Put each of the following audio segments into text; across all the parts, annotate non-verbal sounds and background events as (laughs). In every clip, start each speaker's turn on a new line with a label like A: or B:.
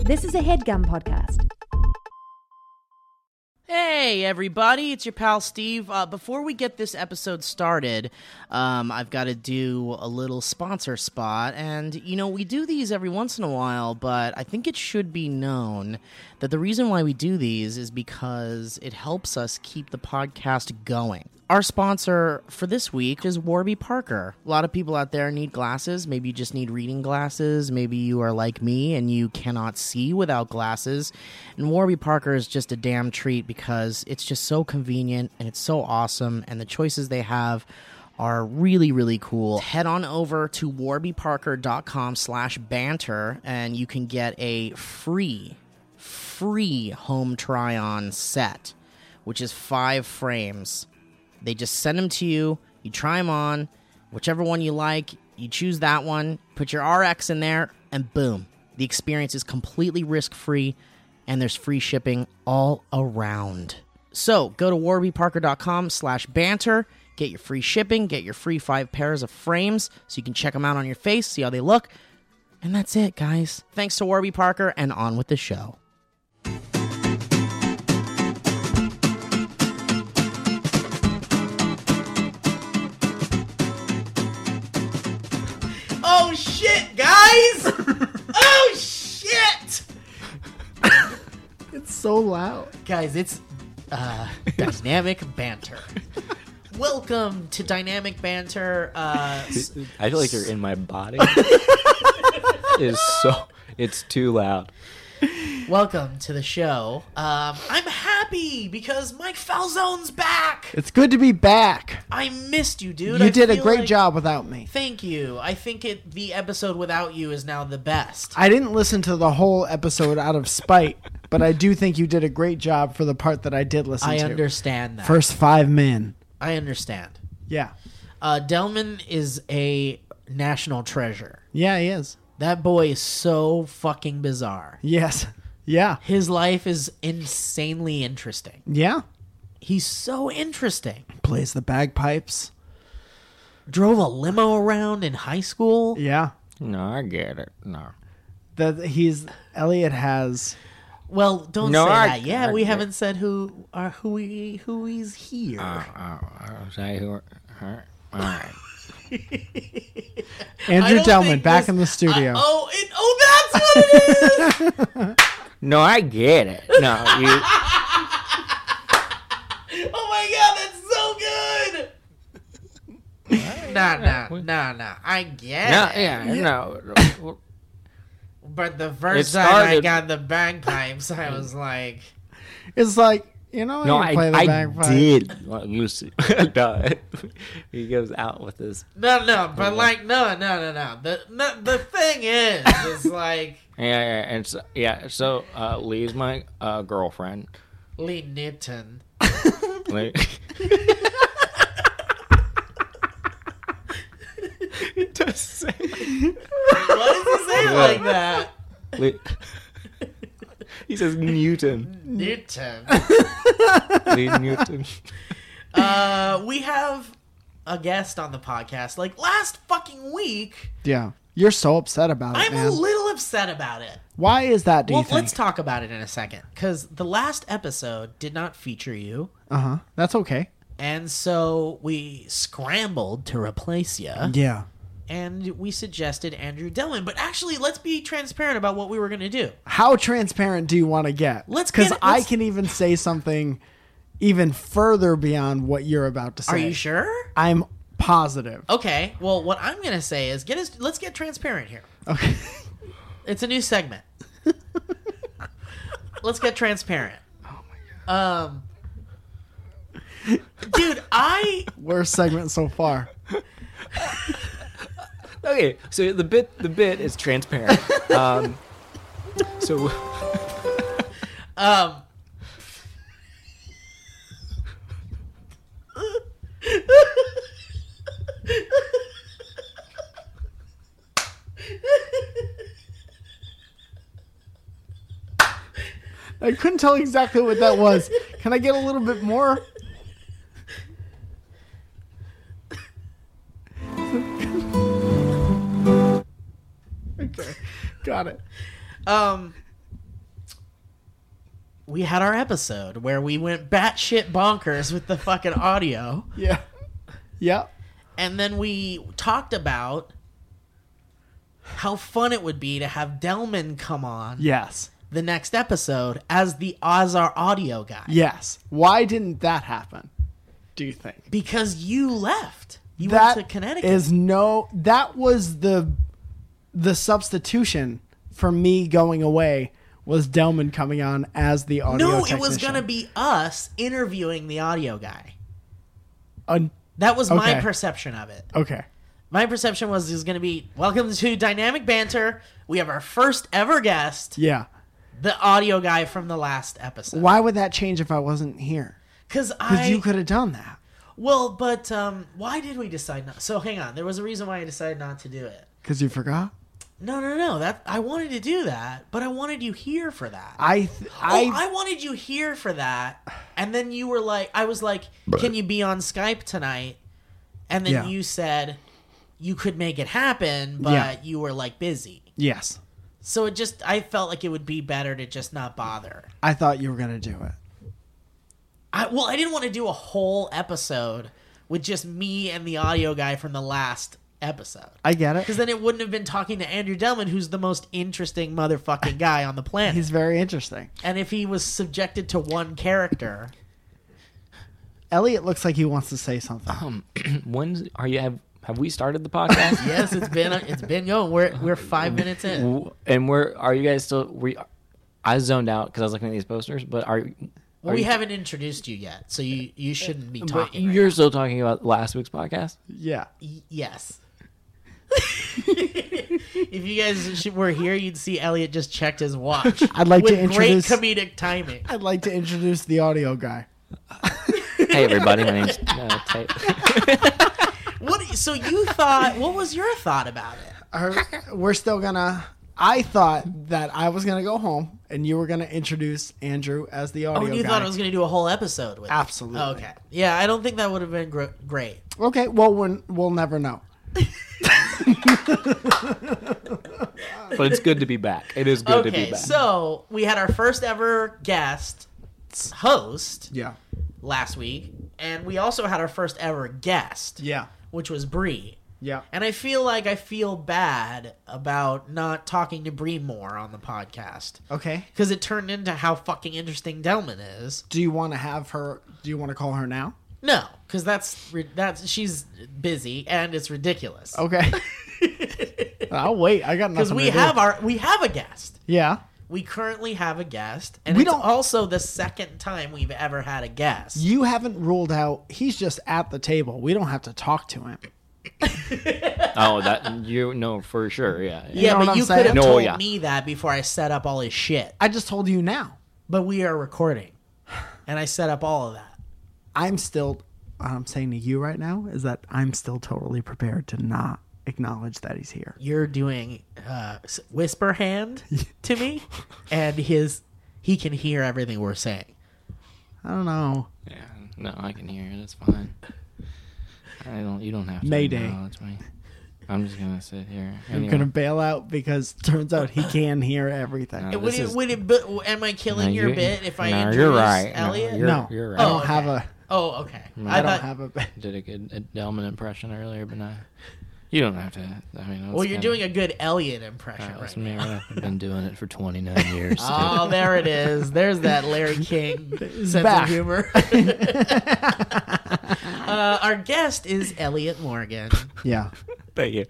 A: This is a headgum podcast.
B: Hey, everybody, it's your pal Steve. Uh, before we get this episode started, um, I've got to do a little sponsor spot. And, you know, we do these every once in a while, but I think it should be known that the reason why we do these is because it helps us keep the podcast going. Our sponsor for this week is Warby Parker. A lot of people out there need glasses. Maybe you just need reading glasses. Maybe you are like me and you cannot see without glasses. And Warby Parker is just a damn treat because it's just so convenient and it's so awesome. And the choices they have are really really cool head on over to warbyparker.com slash banter and you can get a free free home try on set, which is five frames. They just send them to you, you try them on, whichever one you like, you choose that one, put your RX in there, and boom. The experience is completely risk free, and there's free shipping all around. So go to warbyparker.com slash banter, get your free shipping, get your free five pairs of frames so you can check them out on your face, see how they look. And that's it, guys. Thanks to Warby Parker, and on with the show. Oh shit, (laughs) guys! oh shit!
C: It's so loud.
B: Guys, it's
C: (laughs)
B: uh, dynamic banter. Welcome to Dynamic Banter. Uh, s-
D: I feel like you're in my
C: (laughs)
D: body. is so it's too loud.
B: welcome to the show. Um, I'm happy because Mike Falzone's back.
C: It's good to be back.
B: I missed you, dude. I
C: you did a
B: feel
C: great
B: like-
C: job without me.
B: Thank you. I think it the episode without you is now the best.
C: I didn't listen to the whole episode out of spite, (laughs) but I do think you did a great job for the part that I did listen
B: I
C: to.
B: understand that.
C: First five men.
B: I understand.
C: Yeah.
B: Uh, Delman is a national treasure.
C: Yeah, he is.
B: That boy is so fucking bizarre.
C: Yes. Yeah.
B: His life is insanely interesting.
C: Yeah.
B: He's so interesting.
C: Plays the bagpipes.
B: Drove a limo around in high school.
C: Yeah.
D: No, I get it. No.
C: That he's Elliot has
B: Well, don't
D: No,
B: say
D: I-
B: that yet.
D: I
B: we
D: get-
B: haven't said who are who we who he's
D: Uh,
B: here.
D: say who. All right.
B: I
C: Andrew
B: don't
C: Delman
B: think
C: back
B: this-
C: in the studio.
B: I- oh, it, oh, that's what it is.
C: (laughs)
D: No, I get it. No, you.
B: Oh my god, that's so good! nah, nah, nah, nah. I get
D: No,
B: it.
C: (laughs)
D: yeah, no.
B: But the first
D: It
B: time I
D: started-
B: got the bagpipes, I was like,
C: it's like, you know,
D: No,
C: you
D: I,
C: play the
D: I
C: bagpipes.
D: did. Well, Lucy, (laughs) no, he goes out with this.
B: no, no, but like, no, no, no, no. The, no, the thing is, is like,
D: Yeah, yeah, and so, yeah. So uh, Lee's my uh, girlfriend.
B: Lee Nitton.
D: (laughs)
C: (laughs)
D: Lee,
B: Why does he say it like that?
D: Lee, (laughs) he says Newton.
B: Newton.
D: Lee Newton.
B: Uh, we have a guest on the podcast. Like, last fucking week,
C: Yeah. You're so upset about it,
B: I'm
C: man.
B: a little upset about it.
C: Why is that, do
B: Well,
C: you think?
B: let's talk about it in a second because the last episode did not feature you,
C: uh-huh. That's okay.
B: and so we scrambled to replace you,
C: Yeah.
B: and we suggested Andrew Dillon. But actually, let's be transparent about what we were going to do.
C: how transparent do you want to get?
B: Let's
C: because
B: get it-
C: I
B: let's-
C: can even say something even further beyond what you're about to say.
B: Are you sure?
C: I'm positive.
B: Okay. Well, what I'm going to say is get us. Let's get transparent here.
C: Okay. (laughs)
B: It's a new (laughs) segment. Let's get transparent. Oh my god. Um, dude, I
C: Worst segment so far.
D: (laughs) Okay, so the bit the bit is transparent. Um, so (laughs)
B: Um.
C: I couldn't tell exactly what that was. Can I get a little bit more? (laughs) okay. Got it.
B: Um. we had our episode where we went batshit bonkers with the fucking audio,
C: Yeah. Yeah.
B: and then we talked about how fun it would be to have Delman come on
C: Yes.
B: the next episode as the Ozar audio guy
C: Yes. Why didn't that happen? Do you think?
B: because you left. You went to Connecticut.
C: is no that was the the substitution for me going away was Delman coming on as the audio
B: no, it was
C: technician.
B: gonna be us interviewing the audio guy.
C: Un-
B: That was my
C: Okay.
B: perception of it.
C: okay
B: My perception was it was going to be welcome to Dynamic Banter. We have our first ever guest,
C: yeah
B: the audio guy from the last episode.
C: why would that change if I wasn't here
B: Because
C: because
B: I
C: you could have done that
B: well, but um, why did we decide not? So hang on, there was a reason why I decided not to do it.
C: because you forgot
B: No, no, no. That I wanted to do that, but I wanted you here for that.
C: I th- I,
B: oh, I wanted you here for that, and then you were like, I was like, can you be on Skype tonight? And then
C: Yeah.
B: you said you could make it happen, but
C: Yeah.
B: you were like busy.
C: yes
B: So it just I felt like it would be better to just not bother.
C: I thought you were gonna do it
B: I well, I didn't want to do a whole episode with just me and the audio guy from the last episode.
C: I get
B: Because
C: it
B: then it wouldn't have been talking to Andrew Delman, who's the most interesting motherfucking guy on the planet.
C: (laughs) he's very interesting
B: and if he was subjected to one character,
C: Elliot looks like he wants to say something
D: When's are you have have we started the
B: (laughs)
D: podcast?
B: yes, it's been it's been going. We're we're five minutes in.
D: W- And we're are you guys still we I zoned out because I was looking at these posters, but are, are
B: we
D: you-
B: haven't introduced you yet, so you you shouldn't be
D: but
B: talking. right
D: you're still talking about last week's podcast?
B: (laughs)
C: yeah
B: Y- Yes. (laughs) if you guys sh- were here, you'd see Elliot just checked his watch.
C: I'd like to
B: with
C: introduce-
B: great comedic timing.
C: I'd like to introduce the audio guy
D: Hey everybody, my name's uh,
B: (laughs)
D: Tate.
B: What? So you thought? What was your thought about it?
C: Are- we're still gonna. I thought that I was gonna go home and you were gonna introduce Andrew as the
B: Oh,
C: audio
B: you
C: guy.
B: thought I was going to do a whole episode with? it.
C: Absolutely.
B: Okay. Yeah, I don't think that would have been gr- great.
C: okay, well we're, we'll never know.
D: But it's good to be back. It is good to be
B: Okay,
D: back.
B: so we had our first ever guest host
C: Yeah,
B: last week, and we also had our first ever guest,
C: yeah,
B: which was Bree.
C: yeah.
B: And I feel like I feel bad about not talking to Bree more on the podcast
C: Okay.
B: because it turned into how fucking interesting Delman is.
C: Do you want to have her? Do you want to call her now?
B: No, because that's ri- that's she's busy and it's ridiculous. (laughs)
C: Okay. (laughs) I'll wait. I got nothing.
B: Because we
C: to do.
B: have our we have a guest.
C: Yeah.
B: We currently have a guest, and
C: We
B: it's
C: don't-
B: also the second time we've ever had a guest.
C: You haven't ruled out. He's just at the table. We don't have to talk to him.
D: Oh, that you know for sure, yeah. yeah.
B: yeah,
C: know what
B: but
C: I'm
B: you
C: saying?
B: could have
D: No,
B: told
D: yeah.
B: me that before I set up all his shit.
C: I just told you now.
B: But we are recording, and I set up all of that.
C: I'm still. What I'm saying to you right now is that I'm still totally prepared to not acknowledge that he's here.
B: you're doing uh, s- whisper
D: (laughs)
B: hand to me, and his he can hear everything we're saying.
C: I don't know.
D: No, I can hear it. It's fine. I don't. You don't have to.
C: Mayday.
D: acknowledge me. I'm just gonna sit here.
C: I'm gonna bail out because (laughs) turns out he can hear everything.
D: No,
B: Would
D: this
B: it,
D: is-
B: would it, but am I killing
D: No,
B: your
D: you-
B: bit if I
D: no, you're
B: introduce
D: right. No,
B: Elliot?
D: you're-
C: no,
D: right.
C: I don't
B: Oh,
C: have
B: okay.
C: a.
B: Oh, okay. I,
C: I
B: thought,
C: don't have a.
D: did a good a Delman impression earlier, but I. You don't have to. I mean,
B: well, you're doing a good Elliot impression right now.
D: I've
B: (laughs)
D: been doing it for 29 years.
B: Oh, there it is. There's that Larry
D: (laughs)
B: King sense
C: back.
B: of humor. uh, our guest is Elliot Morgan.
C: Yeah.
D: Thank you.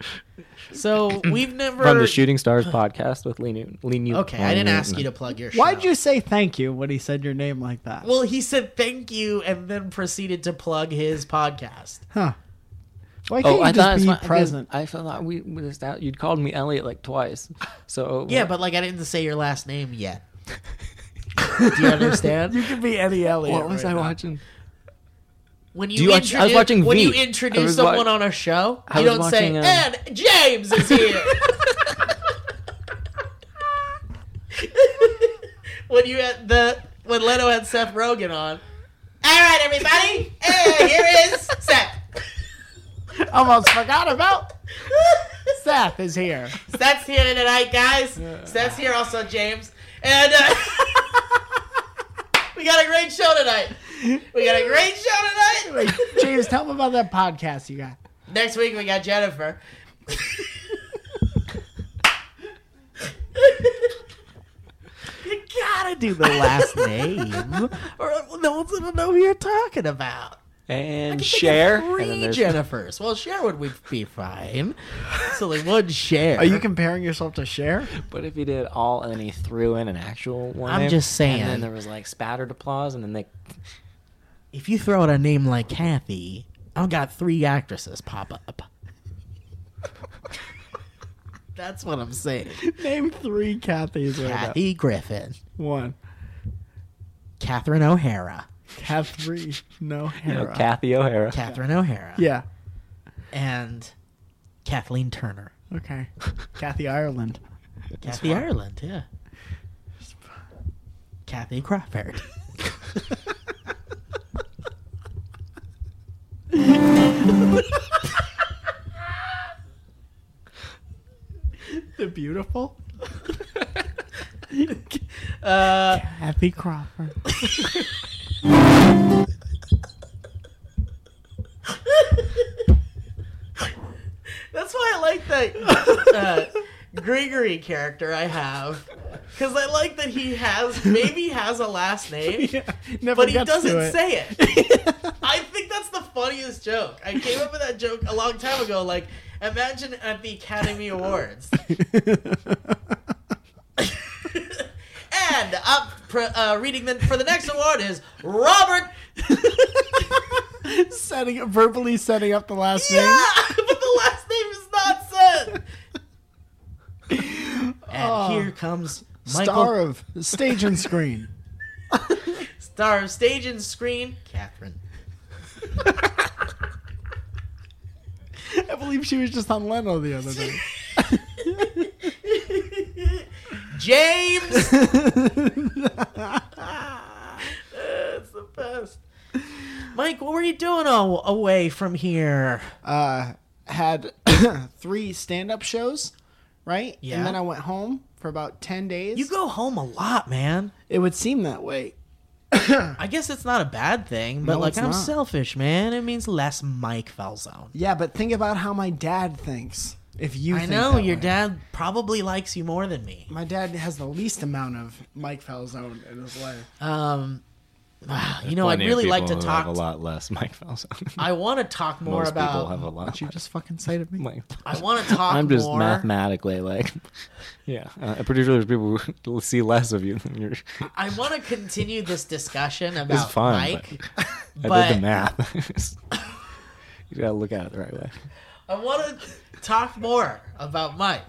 B: So we've never.
D: From the Shooting Stars podcast with Lee Newton. Lee Newton.
B: Okay, I didn't ask you to plug your show.
C: Why'd you say thank you when he said your name like that?
B: Well, he said thank you and then proceeded to plug his podcast.
C: Huh? Why can't
D: Oh,
C: you
D: I thought
C: just
D: it's
C: be
D: my,
C: present?
D: I felt like we we just out. You'd called me Elliot like twice. So
B: Yeah, but like I didn't say your last name (laughs) yet. Do you understand?
C: you could be Eddie Elliott.
D: what was
C: right
D: I
C: now.
D: watching?
B: When you,
D: Do you watch-
B: introduce,
D: I was watching
B: when
D: V.
B: you
D: I
B: introduce
D: was wa-
B: someone on a show,
D: I
B: you
D: was
B: don't say,
D: watching, um,
B: "And James
D: (laughs)
B: is here." (laughs) when you had the when Leno had Seth Rogen on. All right, everybody. Hey, here is
D: (laughs)
B: Seth.
C: Almost forgot
B: (laughs)
C: about. Seth is here.
B: Seth's here tonight, guys. Seth's here also, James. And uh, (laughs) We got a great show tonight. We got a great show (laughs) tonight.
C: James, tell them about that podcast you got.
B: Next week we got Jennifer. you gotta do the last name, or no one's gonna know who you're talking about.
E: And
B: Think of
E: share.
B: three
E: and then there's-
B: Jennifers. Well, share would we be fine. It's only one share.
C: Are you comparing yourself to Cher?
E: But if he did all and then he threw in an actual one,
B: I'm
E: name,
B: just saying.
E: And then there was like spattered applause, and then they
B: if you throw out a name like Kathy, I've got three actresses pop up. That's what I'm saying.
C: (laughs) Name three Kathys right now.
B: Kathy Griffin,
C: One.
B: Catherine O'Hara,
C: Catherine. No
E: you know,
C: Hera.
E: Kathy O'Hara.
B: Catherine O'Hara,
C: yeah.
B: and Kathleen Turner.
C: Okay. Kathy Ireland.
B: Kathy Ireland, yeah. Kathy Crawford.
C: The beautiful.
B: (laughs) Uh,
C: Kathy Crawford.
B: (laughs) that's why I like
C: (laughs)
B: (laughs) that uh, Gregory character I have. Because I like that he has, maybe has a last (laughs) name,
C: Never
B: but he
C: gets to
B: doesn't
C: it.
B: say it. I think that's the funniest joke. I came up with that joke a long time ago. Like, imagine at the Academy Awards. and up pr uh, reading the, for the next award is Robert.
C: (laughs) setting verbally setting up the last
B: Yeah, (laughs) but the last name is not said. And here comes
C: name.
B: Michael,
C: Star
B: star of,
C: of stage
B: (laughs)
C: and screen.
B: stage and screen, Catherine.
C: I believe she was just on Leno the other day.
B: James. (laughs) Ah, That's the best. Mike, what were you doing a- away from here?
C: uh, had (coughs) three stand-up shows, right?
B: Yeah.
C: And then I went home for about ten days.
B: You go home a lot, man.
C: it would seem that way.
B: I guess it's not a bad thing, but
C: No,
B: like
C: it's
B: I'm
C: not.
B: selfish, man. It means less Mike Falzone.
C: Yeah, but think about how my dad thinks. If you,
B: I
C: think
B: know
C: that
B: your
C: way.
B: dad probably likes you more than me.
C: My dad has the least amount of Mike Falzone in his
B: (laughs)
C: life.
B: Um, (sighs) ah, you know, I'd really like to talk.
E: a lot less Mike Falzone. (laughs)
B: I want to talk more
E: Most
B: about.
E: people have a lot.
C: What you just fucking say (laughs) to me?
E: Mike
B: I want to talk.
E: (laughs) I'm just
B: more.
E: mathematically like, (laughs) yeah. Uh, I'm pretty sure there's people who (laughs) see less of you than you're.
B: I want to continue this discussion
E: It's
B: about
E: fine.
B: Mike.
E: but (laughs) I
B: but-
E: did the math. (laughs) you gotta look at it the right way.
B: I want to talk more about Mike,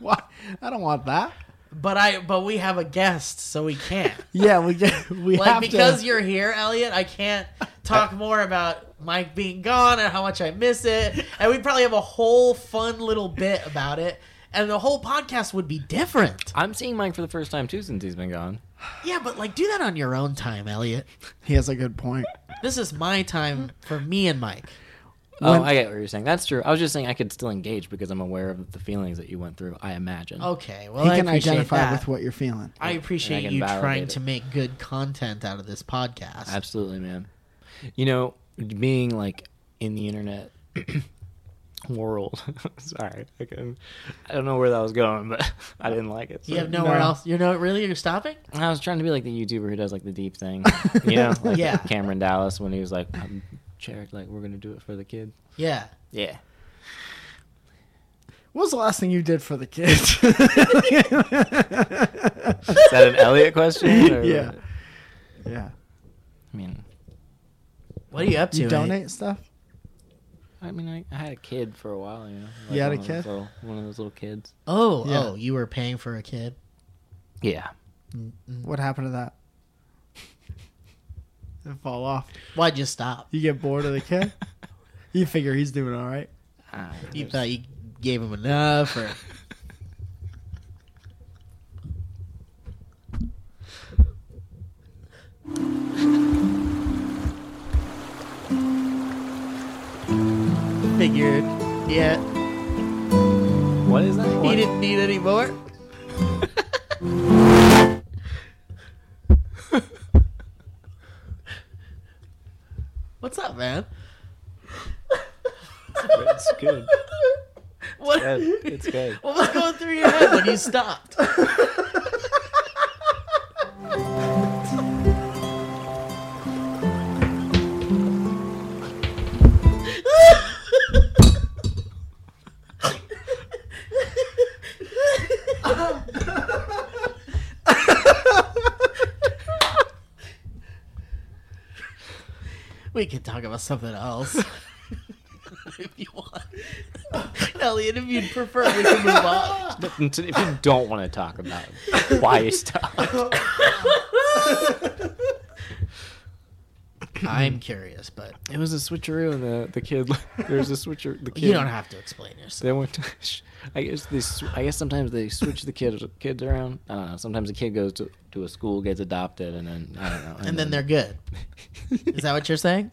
C: Why? I don't want that.
B: but I but we have a guest, so we can't.
C: Yeah, (laughs) we get, we
B: Like
C: have
B: because
C: to.
B: you're here, Elliot, I can't talk more about Mike being gone and how much I miss it. And we probably have a whole fun little bit about it. And the whole podcast would be different.
E: I'm seeing Mike for the first time too since he's been gone.
B: Yeah, but like do that on your own time, Elliot.
C: He has a good point.
B: This is my time for me and Mike.
E: oh, I get what you're saying. That's true. I was just saying I could still engage because I'm aware of the feelings that you went through. I imagine.
B: Okay, well
C: He
B: I
C: can
B: appreciate
C: identify
B: that.
C: with what you're feeling.
B: I
E: And I
B: appreciate
E: can
B: you
E: validate
B: trying
E: it.
B: to make good content out of this podcast.
E: Absolutely, man. You know, being like in the internet (coughs) world. (laughs) Sorry, I, couldn't- I don't know where that was going, (laughs) but I didn't like it. so-
B: You have nowhere
C: No.
B: else. You know, really, you're stopping.
E: I was trying to be like the YouTuber who does like the deep thing. You know, like
B: Yeah.
E: Cameron Dallas when he was like, I'm Jared, like we're gonna do it for the kid.
B: Yeah.
E: Yeah.
C: What was the last thing you did for the kids? (laughs)
E: Is that an Elliot question? or-
C: yeah. Yeah.
E: I mean,
B: What are you up to?
C: You
B: eh?
C: donate stuff?
E: I mean, I, I had a kid for a while. You know. Like
C: You had
E: one
C: a
E: of those
C: kid?
E: little- one of those little kids.
B: Oh,
C: Yeah.
B: oh, you were paying for a kid.
E: Yeah.
C: What happened to (laughs) that? It fall off.
B: Why'd you stop?
C: You get bored of the (laughs) kid. you figure he's doing all (laughs) right.
E: Ah,
B: You
E: there's-
B: thought you gave him enough, or figured? Yeah,
E: what is that?
B: he
E: What?
B: didn't need any more. man.
E: It's good.
B: What,
E: Good. It's good.
B: what was going through your head when you stopped? We can talk about something else (laughs) if you want. (laughs) Elliot, if you'd prefer, we can move on.
E: (laughs) If you don't want to talk about why you stop,
B: I'm curious, but
E: it was a switcheroo, and the the kid. There's a switcher. The kid.
B: you don't have to explain yourself.
E: They went. To, I guess they. sw- I guess sometimes they switch the kids kids around. I don't know. Sometimes a kid goes to, to a school, gets adopted, and then I don't know.
B: And then they're good. Is that what you're saying?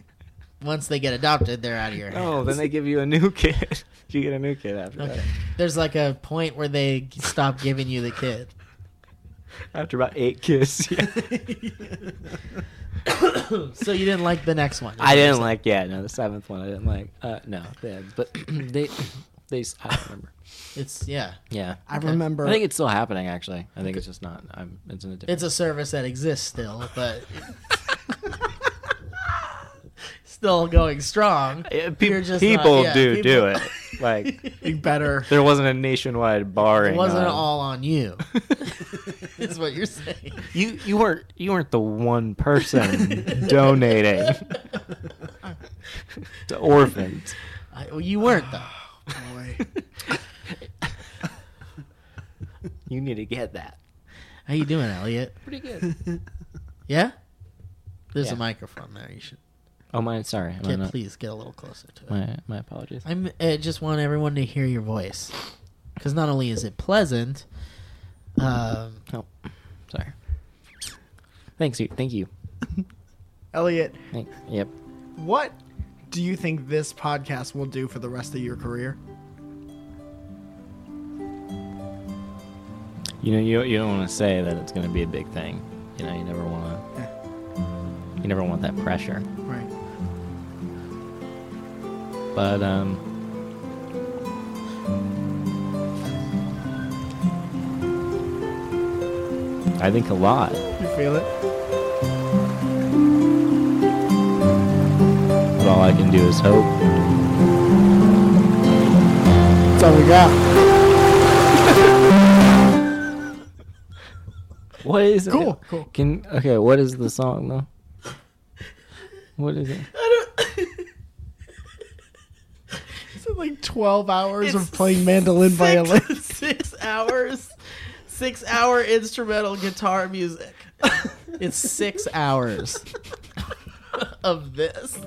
B: Once they get adopted, they're out of your hands.
E: (laughs) Oh, then they give you a new kid. you get a new kid after
B: Okay. There's like a point where they g- stop giving you the kid. (coughs)
E: that. After about eight kids, (laughs) yeah.
B: So you didn't like the next one. is
E: I
B: what you're
E: didn't
B: saying.
E: like. Yeah, no, the seventh one I didn't like. Uh, no, yeah, but (clears throat) they they. s- I don't remember.
B: It's yeah.
E: Yeah,
C: I remember.
E: I think it's still happening. Actually, I think it's just not. I'm. It's in a different.
B: It's a service that exists still, but still going strong.
E: Yeah, peop-
B: You're just
E: people
B: not- yeah,
E: do
B: people-
E: do it.
B: (laughs)
E: Like
C: you better.
E: (laughs) there wasn't a nationwide barring.
B: It wasn't
E: on-
B: all on
E: (laughs)
B: you. is what you're saying.
E: You you weren't you weren't the one (laughs) person donating to orphans.
B: I, well, you weren't though.
C: Boy.
E: You need to get that.
B: How you doing, Elliot?
E: Pretty good.
B: Yeah. There's a
E: Yeah.
B: microphone there. You should
E: Oh my, sorry. Am I
B: get,
E: not-
B: please get a little closer to it.
E: my my apologies.
B: I'm I just want everyone to hear your voice because not only is it pleasant, um,
E: Oh, sorry. Thanks. you- Thank you.
C: (laughs) Elliot,
E: Thank, yep.
C: what do you think this podcast will do for the rest of your career?
E: You know you you don't want to say that it's going to be a big thing. You know you never want to. You never want that pressure.
C: Right.
E: But um. I think a lot.
C: You feel it?
E: But all I can do is hope.
C: That's all we got.
E: What is it?
C: Cool, cool.
E: Can okay. What is the song though? What is it?
C: Is it like 12 hours
B: It's
C: of playing mandolin violin?
B: six, (laughs) six hours, six hour instrumental guitar music. It's six hours (laughs) of this.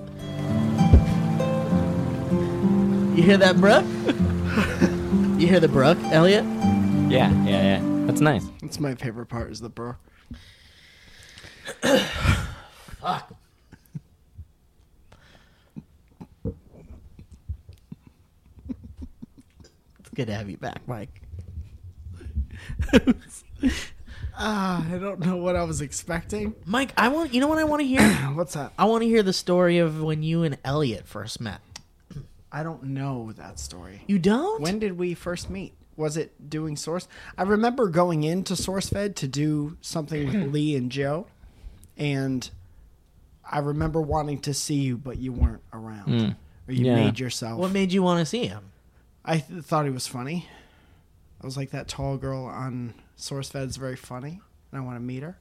B: You hear that, Brooke? You hear the Brooke, Elliot?
E: Yeah, yeah, yeah. That's nice.
C: That's my favorite part is the bro.
B: It's good to have you back, Mike.
C: (laughs) Ah, I don't know what I was expecting.
B: Mike, I want you know what I want to hear?
C: (coughs) What's that?
B: I want to hear the story of when you and Elliot first met.
C: I don't know that story.
B: You don't?
C: When did we first meet? Was it doing Source? I remember going into SourceFed to do
B: (clears throat)
C: something with Lee and Joe, and I remember wanting to see you, but you weren't around,
B: Hmm.
C: or you
E: Yeah.
C: made yourself.
B: What made you want to see him?
C: I th- thought he was funny. I was like, that tall girl on SourceFed is very funny, and I want to meet her.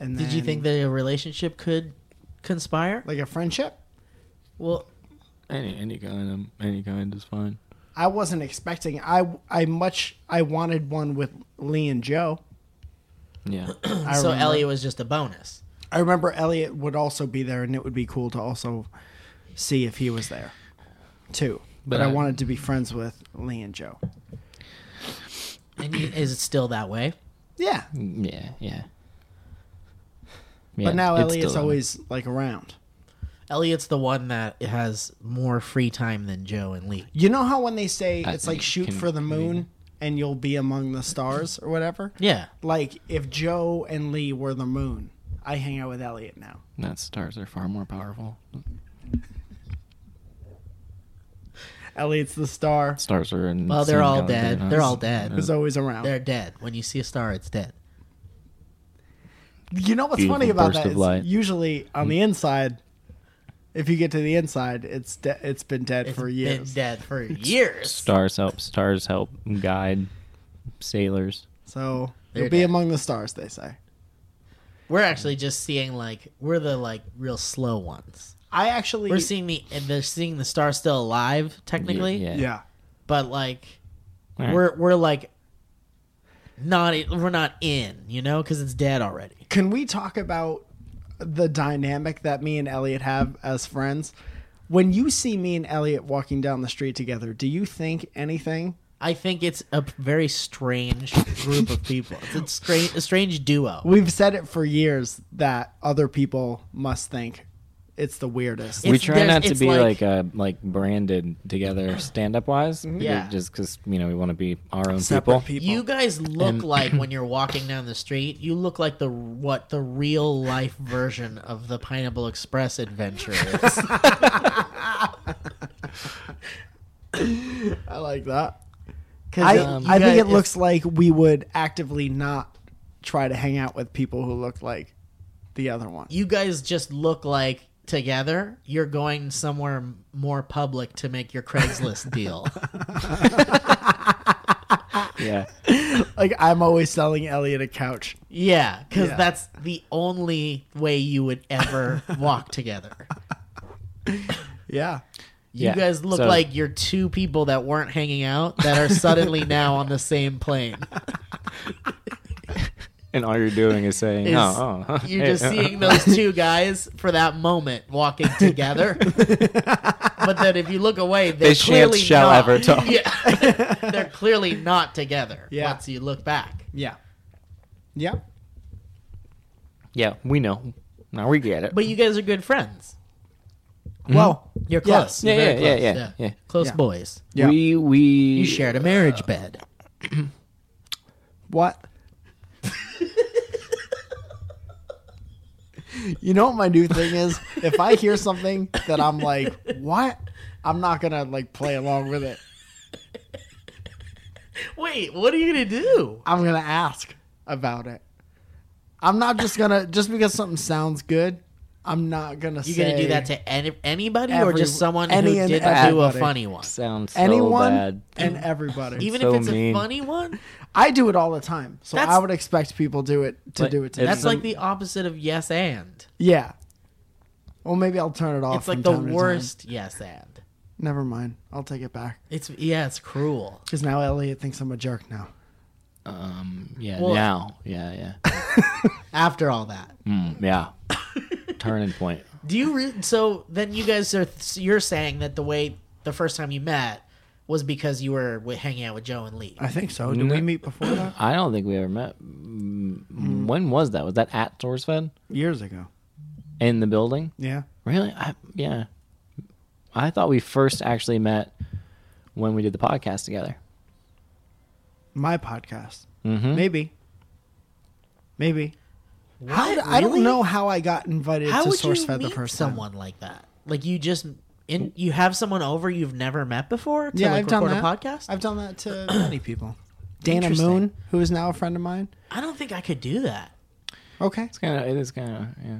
C: And
B: Did you
C: then-
B: think that a relationship could conspire?
C: like a friendship?
B: Well,
E: Any any kind um, any kind is fine.
C: I wasn't expecting. I I much I wanted one with Lee and Joe.
E: (coughs) Yeah.
C: I
B: so
C: remember.
B: Elliot was just a bonus.
C: I remember Elliot would also be there, and it would be cool to also see if he was there too. But,
E: But
C: I,
E: I-
C: wanted to be friends with Lee and Joe.
B: And you, is it still that way?
C: Yeah,
E: yeah, yeah.
C: but now Elliot's always like around.
B: Elliot's the one that has more free time than Joe and Lee.
C: You know how when they say
E: I
C: it's like
E: think
C: shoot
E: can-
C: for the
E: can we-
C: moon and you'll be among the stars or whatever.
B: Yeah.
C: Like if Joe and Lee were the moon, I hang out with Elliot now.
E: Not stars are far more powerful.
C: Elliot's the star.
E: Stars are in.
B: Well, they're
E: some
B: all
E: kind of
B: dead.
E: data.
B: They're all dead.
C: Is always around.
B: They're dead. When you see a star, it's dead.
C: You know what's
E: Beautiful
C: funny about
E: burst
C: that?
E: of
C: Is
E: light. Hmm.
C: usually on the inside, if you get to the inside, it's de- it's been dead
B: It's
C: for
B: been
C: years.
B: dead
C: (laughs)
B: for years.
E: Stars help. Stars help guide sailors.
C: So
B: They're
C: you'll be
B: dead.
C: among the stars, they say.
B: We're actually just seeing like we're the like real slow ones.
C: I actually
B: We're seeing the and they're seeing the star still alive technically,
E: Yeah.
C: yeah.
B: but like
E: All right.
B: we're we're like not e, we're not in, you know, because it's dead already.
C: Can we talk about the dynamic that me and Elliot have as friends? When you see me and Elliot walking down the street together, do you think anything?
B: I think it's a p- very strange group of people. It's a strange, a strange duo.
C: We've said it for years that other people must think it's the weirdest.
E: we
B: It's-
E: try
B: there's-
E: not to
B: it's
E: be
B: like- Mm-hmm.
E: like like, uh, like branded
B: (clears throat)
E: together stand up wise.
B: Yeah.
E: Just because you know we want to be our own
C: Separate
E: people.
C: people.
B: You guys look
C: (clears throat)
B: like when you're walking down the street, you look like the what the real life version of the Pineapple Express adventure
C: (laughs)
B: is.
C: I like that.
B: 'Cause,
C: I,
B: um, you
C: I think
B: guys-
C: it looks like we would actively not try to hang out with people who look like the other one.
B: you guys just look like together you're going somewhere m- more public to make your Craigslist
C: (laughs)
B: deal. (laughs)
E: Yeah.
C: (laughs) Like I'm always selling Elliot a couch.
B: yeah, cuz
C: Yeah.
B: that's the only way you would
E: (laughs)
B: ever walk together.
C: Yeah.
B: You
E: Yeah,
B: guys look
E: so-
B: like you're two people that weren't hanging out that are suddenly now on the same
E: (laughs)
B: plane.
E: And all you're doing is saying,
B: Is-
E: oh, oh,
B: (laughs) You're
E: hey,
B: just
E: uh,
B: seeing those two guys for that moment walking
E: (laughs)
B: together. but then if you look away, they're
E: They shan't
B: clearly
E: shall
B: not.
E: ever talk.
B: (laughs) Yeah. they're clearly not together
C: Yeah.
B: once you look back.
C: Yeah. Yep.
E: yeah, we know. Now we get it.
B: But you guys are good friends. Mm-hmm.
C: Well,
B: You're
C: Yeah.
B: close. You're
E: Yeah,
B: very
E: yeah,
B: close.
E: yeah, yeah, yeah.
B: Close
C: Yeah.
B: boys.
C: yeah.
E: We we
B: You shared a marriage bed.
C: what? you know what my new thing is? If I hear something that I'm like, "What?" I'm not going to like play along with it.
B: Wait, what are you gonna do?
C: I'm gonna ask about it. I'm not just gonna just because something sounds good. I'm not gonna.
B: You
C: say
B: gonna do that to any, anybody or
C: Every-
B: just someone who
C: any
B: didn't
C: and
B: do a
C: everybody.
B: funny one?
E: sound so
C: anyone
E: bad.
C: and everybody.
B: Even
E: so
B: if it's a
E: mean.
B: funny one,
C: I do it all the time, so
B: That's-
C: I would expect people do it to
E: Like,
C: do it to
E: it's
B: that's
C: me.
B: like the opposite of yes and.
C: yeah. Well, maybe I'll turn it off.
B: It's like
C: from
B: the
C: time to time.
B: worst yes and.
C: Never mind. I'll take it back
B: It's yeah, it's cruel.
C: because now Elliot thinks I'm a jerk. Now
E: Um, yeah,
B: Well-
E: now, yeah,
B: (laughs)
E: yeah,
B: After all that,
E: Mm,
B: (laughs)
E: yeah. Turning point.
B: do you re- so then you guys are you're saying that the way the first time you met was because you were wi- hanging out with Joe and Lee.
C: I think
E: Mm.
C: so. Did we meet before that?
E: I don't think we ever met. Mm, When was that? Was that at Sourcefed
C: Years ago.
E: in the building?
C: Yeah.
E: Really? I, yeah. I thought we first actually met when we did the podcast together.
C: My podcast.
E: Mm-hmm.
C: Maybe. Maybe. How
B: What?
C: did- I
B: Really?
C: don't know how I got invited
B: How
C: to
B: would
C: SourceFed
B: you meet
C: the first time.
B: someone like that? Like you just in you have someone over you've never met before to
C: Yeah,
B: like
C: I've done
B: record a
C: that.
B: podcast.
C: I've done
B: (clears throat)
C: that to many people. Dana
B: Interesting.
C: Moon, who is now a friend of mine.
B: I don't think I could do that.
C: Okay.
E: It's kind of. It is kind of. Yeah.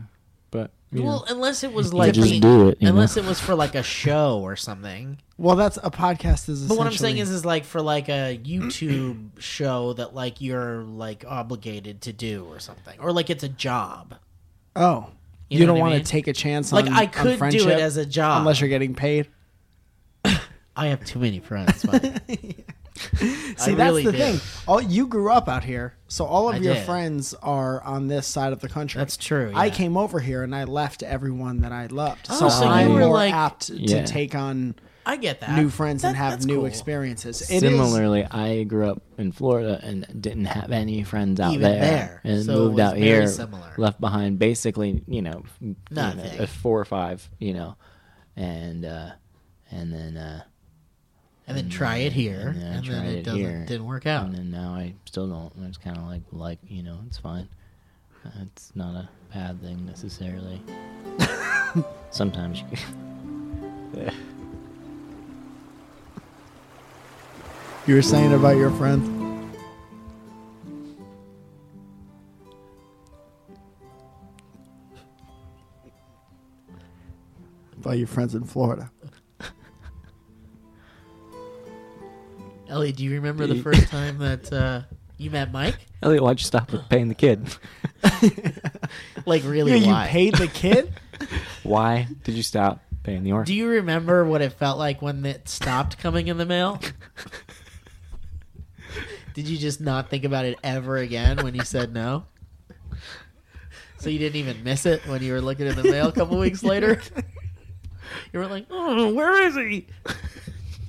E: But you
B: Well,
E: know.
B: unless it was like
E: just do it, you
B: unless it was for like a show or something.
C: Well, that's a podcast. Is
B: But what I'm saying
C: essentially-
B: is, is like for like a
E: (clears throat)
B: YouTube show that like you're like obligated to do or something, or like it's a job.
C: oh,
B: You
C: you,
B: know what
C: don't
B: I
C: want
B: mean?
C: to take a chance.
B: Like
C: on,
B: I
C: on
B: could do
C: friendship
B: it as a job.
C: unless you're getting paid.
B: I have too many friends.
E: (laughs)
B: Mike.
C: See,
B: I
C: that's
B: really
C: the
B: do.
C: thing. All you grew up out here, so all of
B: I
C: your
B: did.
C: friends are on this side of the country.
B: That's true,
C: I
B: yeah.
C: came over here and I left everyone that I loved.
B: Oh,
C: so
B: so you
C: I'm
B: were
C: more
B: like-
C: apt
E: Yeah.
C: to take on
B: I get that.
C: new friends and
B: That-
C: have
B: that's
C: new
B: cool.
C: experiences. It is-
E: Similarly, I grew up in Florida and didn't have any friends out
B: Even
E: there,
B: there.
E: and
B: So it
E: moved
B: was
E: out
B: very
E: here,
B: similar.
E: left behind basically, you know, you know,
B: Nothing.
E: a four or five, you know, and uh, and then uh,
B: And then try it here,
E: and then,
B: and
E: I
B: then
E: tried
B: it,
E: it
B: doesn't
E: here,
B: didn't work out.
E: and then now I still don't. It's kind of like like you know, it's fine. Uh, It's not a bad thing necessarily. (laughs) Sometimes. you-
C: you were saying about your friend? About your friends in Florida.
B: Ellie, do you remember
E: (laughs)
B: the first time that uh, you met Mike?
D: Elliot, why'd you stop paying the
E: (laughs)
D: kid?
B: Like,
C: Yeah,
B: really?
C: you
B: why?
C: paid the kid?
D: Why did you stop paying the orphan?
B: Do you remember what it felt like when it stopped coming in the mail? Did you just not think about it ever again when you said no? So you didn't even miss it when you were looking in the mail a couple weeks (laughs)
C: (laughs)
B: later? You were like, oh, where is he?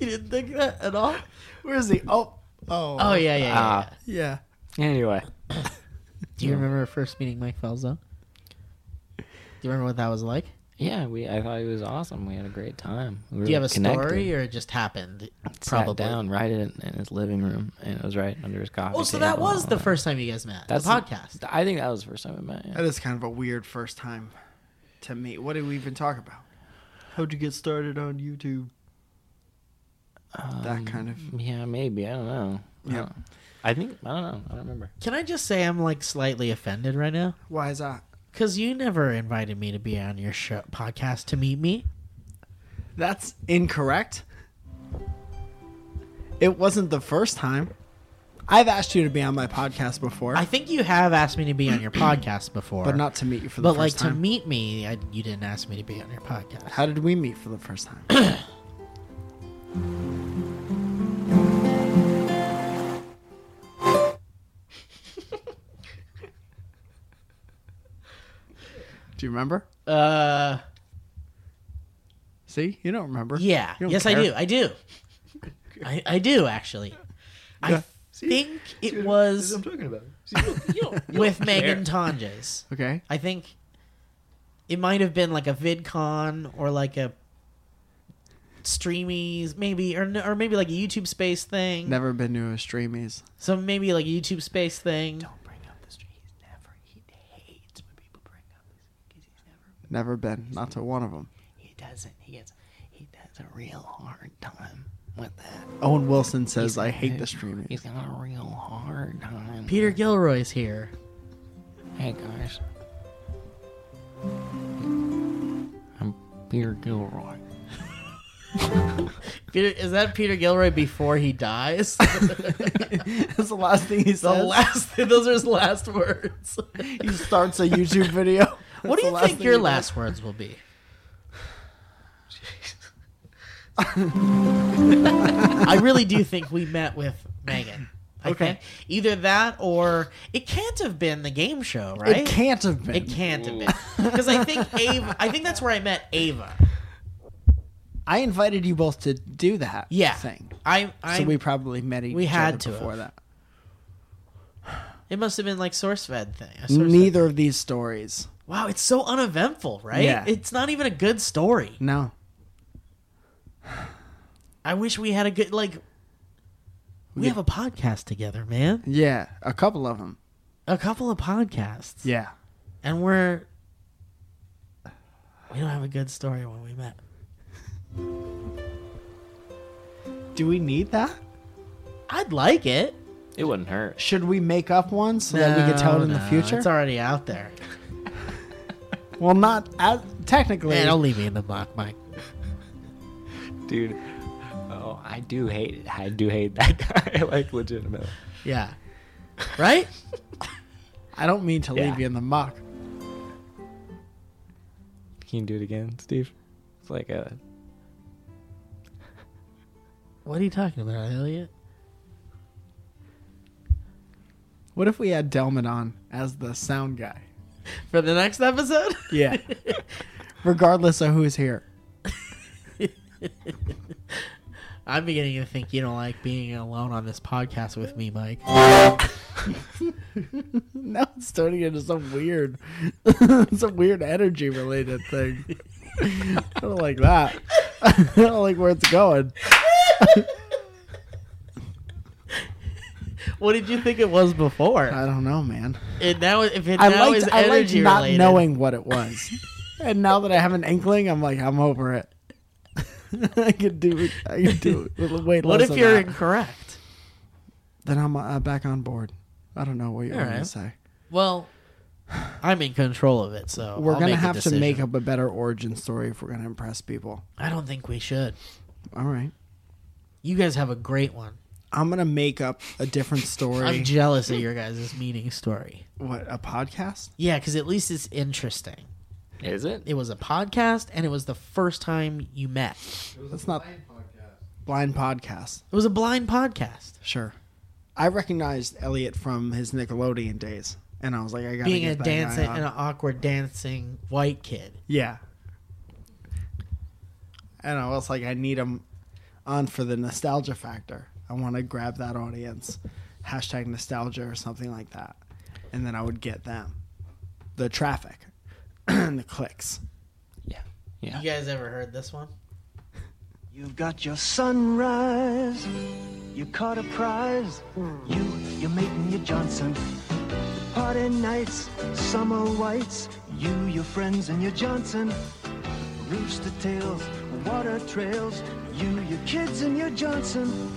B: You didn't think that at all?
C: Where's he? Oh, oh,
B: Oh, yeah, yeah, yeah. yeah.
D: Ah.
C: yeah.
D: anyway,
B: Do you remember first meeting Mike Felzo? Do you remember what that was like?
E: Yeah, we. I thought it was awesome. We had a great time. We
B: Do you have a
E: connected.
B: story or it just happened?
E: Sat down right in, in his living room, and it was right under his coffee.
B: Oh, so that
E: table
B: was
E: and
B: the
E: all
B: first time you guys met.
E: That's
B: the podcast.
E: that. I think that was the first time we met. Yeah.
C: That is kind of a weird first time to me. What did we even talk about? How'd you get started on YouTube? Um, that kind of.
E: Yeah, maybe I don't know. I
C: Yeah.
E: don't- I think I don't know. I don't remember.
B: Can I just say I'm like slightly offended right now?
C: Why is that?
B: Because you never invited me to be on your show, podcast to meet me.
C: That's incorrect. It wasn't the first time. I've asked you to be on my podcast before,
B: I think you have asked me to be
C: (clears throat)
B: on your podcast before,
C: but not to meet you for the
B: But
C: first
B: like
C: time.
B: to meet me, I, you didn't ask me to be on your
C: (laughs)
B: podcast.
C: How did we meet for the first time?
B: (clears throat)
C: Do you remember?
B: Uh,
C: See, you don't remember.
B: yeah.
C: You don't
B: Yes,
C: care.
B: I do. I
C: (laughs)
B: do. I, I do actually. I think it was
D: talking about.
B: (laughs) with Megan Tonjes.
C: Okay.
B: I think it might have been like a VidCon or like a streamies maybe or n- or maybe like a YouTube space thing.
C: Never been to a streamies.
B: So maybe like a YouTube space thing.
C: Never been. Not to one of them.
E: He doesn't. He gets. He has a real hard time with that.
C: Owen Wilson says, "I hate the streamies."
E: He's got a real hard time.
B: Peter Gilroy's here.
E: Hey guys. I'm Peter Gilroy.
B: Peter, is that Peter Gilroy before he dies?
C: (laughs) That's the last thing he says.
B: the last (laughs) those are his last words.
C: he starts a YouTube video.
B: (laughs) what do
C: That's the
B: you
C: last
B: think
C: thing
B: your
C: he
B: last words will
C: (laughs)
B: be? I really do think we met with Megan. I
C: Okay.
B: think either that or it can't have been the game show,
C: does.
B: right?
C: It can't have been.
B: It can't have been because I
C: (laughs)
B: think Ava. I think that's where I met Ava.
C: I invited you both to do that.
B: Yeah.
C: Thing.
B: I. I
C: So we probably met each
B: we had
C: other
B: to
C: before
B: have.
C: that.
B: It must have been like SourceFed thing. a SourceFed.
C: Neither of these stories.
B: Wow, it's so uneventful, right?
C: Yeah.
B: It's not even a good story.
C: No.
B: I wish we had a good like. We have a podcast together, man.
C: Yeah, a couple of them.
B: A couple of podcasts,
C: Yeah.
B: and we're we don't have a good story when we met.
C: Do we need that?
B: I'd like it.
E: It wouldn't hurt.
C: Should we make up one so that we can tell it
B: No,
C: in the
B: no,
C: future?
B: It's already out there.
C: Well, not as, technically.
B: Man, don't leave me in the muck, Mike.
D: dude. Oh, I do hate it. I do hate that (laughs) guy. like legitimately.
B: Yeah. Right?
C: I don't mean to
D: Yeah.
C: leave you in the muck.
D: Can you do it again, Steve? It's like a
B: what are you talking about, Elliot?
C: What if we had Delman on as the sound guy?
B: For the next episode?
C: (laughs) Yeah. Regardless of who's here.
B: I'm beginning to think you don't like being alone on this podcast with me, Mike.
C: Now it's turning into some weird, (laughs) some weird energy related thing. (laughs) I don't like that. (laughs) I don't like where it's going.
B: (laughs) What did you think it was before?
C: I don't know, man.
B: It now if it
C: I
B: now is
C: liked, I liked
B: energy
C: not
B: related. (laughs)
C: knowing what it was, and now that I have an inkling, I'm like, I'm over it. (laughs) I could do, I could do. Wait,
B: What if you're
C: that.
B: incorrect?
C: then I'm uh, back on board. I don't know what you're
B: All
C: going
B: right.
C: to say.
B: Well, I'm in control of it, so
C: We're
B: I'll
C: going
B: make
C: to
B: a
C: have to
B: decision.
C: make up a better origin story if we're going to impress people.
B: I don't think we should.
C: All right.
B: You guys have a great one.
C: I'm going to make up a different
B: (laughs)
C: story.
B: I'm jealous
C: (laughs)
B: of your guys' meeting story.
C: what, a podcast?
B: Yeah, because at least it's interesting.
D: Is it?
B: It was a podcast, and it was the first time you met.
C: That's not. Blind podcast.
B: It was a blind podcast.
C: Sure. I recognized Elliot from his Nickelodeon days, and I was like, I got
B: Being a
C: get that guy
B: dancing
C: on.
B: and an awkward dancing white kid.
C: Yeah. And I was like, I need him on for the nostalgia factor. I want to grab that audience, hashtag nostalgia or something like that, and then I would get them, the traffic, (clears throat) and the clicks.
D: Yeah.
B: You guys ever heard this one?
F: You've got your sunrise. You caught a prize. You, you're making your Johnson. Party nights, summer whites. You, your friends, and your Johnson. Rooster tails, water trails. You, your kids, and your Johnson.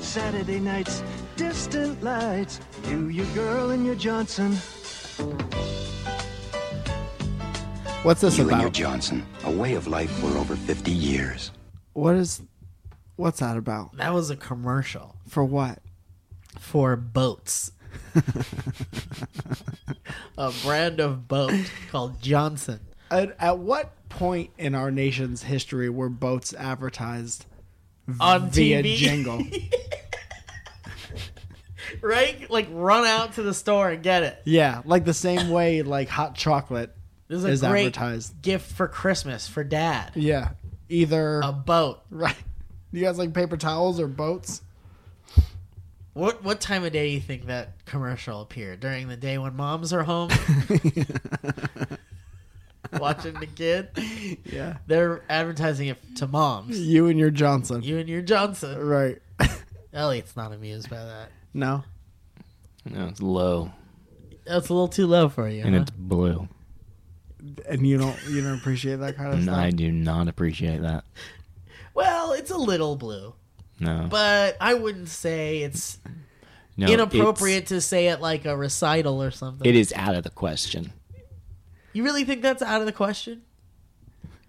F: Saturday nights, distant lights. You, your girl, and your Johnson.
C: What's this
G: you and your
C: about?
G: Johnson, a way of life for over 50 years.
C: What is? What's that about?
B: That was a commercial
C: For what?
B: for (laughs) boats. a brand of boat called Johnson.
C: At, at what point in our nation's history were boats advertised
B: On
C: via
B: TV.
C: jingle?
B: (laughs) right? Like run out to the store and get it.
C: yeah, like the same way like hot chocolate
B: This is a
C: is
B: great
C: advertised.
B: gift for Christmas for dad.
C: Yeah, either
B: A boat.
C: Right. (laughs) You guys like paper towels or boats?
B: What what time of day do you think that commercial appeared? During the day when moms are (laughs) home watching the kid?
C: Yeah.
B: They're advertising it to moms.
C: You and your Johnson.
B: You and your Johnson.
C: Right. (laughs)
B: Elliot's not amused by that.
C: no.
E: No, it's low
B: That's a little too low for you.
E: and
B: huh?
E: it's blue.
C: And you don't you don't appreciate that kind of
E: And
C: stuff.
E: I do not appreciate that.
B: Well, it's a little blue,
E: No.
B: but I wouldn't say it's
E: no
B: inappropriate to say it like a recital or something.
E: It's, it is out of the question.
B: You really think that's out of the question?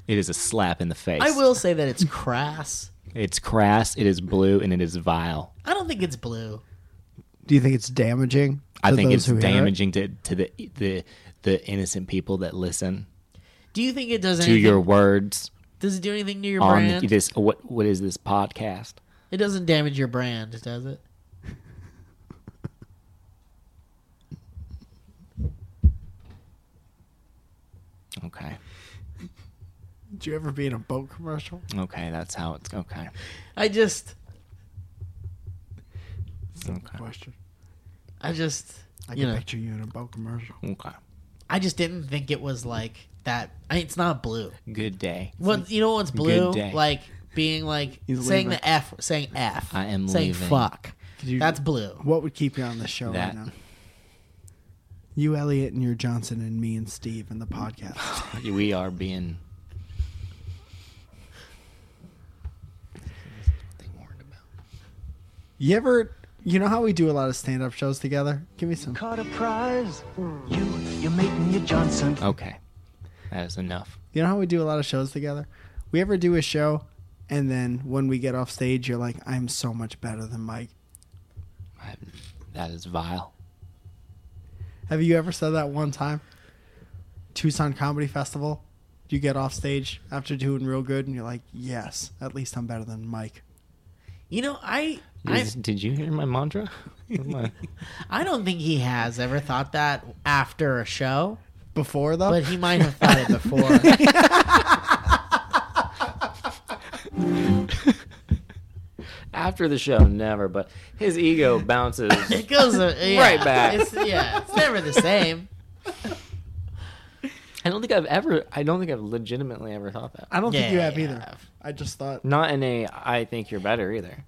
E: It is a slap in the face.
B: I will say that it's crass.
E: It's crass, it is blue, and it is vile.
B: I don't think it's blue.
C: Do you think it's damaging?
E: I
C: to
E: think
C: those
E: it's
C: who hear it?
E: damaging to, to the, the the innocent people that listen
B: Do you think it does
E: to
B: anything?
E: your words
B: does it do anything to your
E: on
B: brand?
E: this what what is this podcast?
B: It doesn't damage your brand, does it?
E: Okay.
C: Did you ever be in a boat commercial?
E: Okay, that's how it's okay.
B: I just,
E: Okay.
C: Question.
B: I just,
C: I
B: you
C: can
B: know,
C: picture you in a boat commercial.
E: Okay.
B: I just didn't think it was like that. I, it's not blue.
E: Good day.
B: What you know? What's blue?
E: day.
B: Like being like
C: He's
B: saying
C: leaving.
B: the f, saying f.
E: I am
B: saying
E: leaving.
B: fuck.
C: Could you-
B: That's blue.
C: What would keep you on the show
E: That.
C: right now? You, Elliot, and your Johnson, and me and Steve, and the podcast.
E: (sighs) We are being
C: You ever, you know how we do a lot of stand-up shows together? Give me some.
F: Caught a prize. You, you're making your Johnson.
E: okay. That is enough.
C: You know how we do a lot of shows together? We ever do a show and then when we get off stage you're like, I'm so much better than Mike.
E: I, that is vile.
C: Have you ever said that one time? Tucson Comedy Festival? You get off stage after doing real good and you're like, Yes, at least I'm better than Mike.
B: You know, I, I
E: Is- did you hear
B: (laughs)
E: my mantra? My-
B: I don't think he has ever thought that after a show,
C: Before though?
B: but he might have thought it before.
C: (laughs)
D: After the show, never. But his ego bounces.
B: (laughs) it goes uh, yeah,
D: Right back.
B: It's, yeah, it's never the same.
D: I don't think I've ever. I don't think I've legitimately ever thought that.
C: I don't think you have
B: Yeah.
C: either. I just thought
D: Not in a. I think you're better either.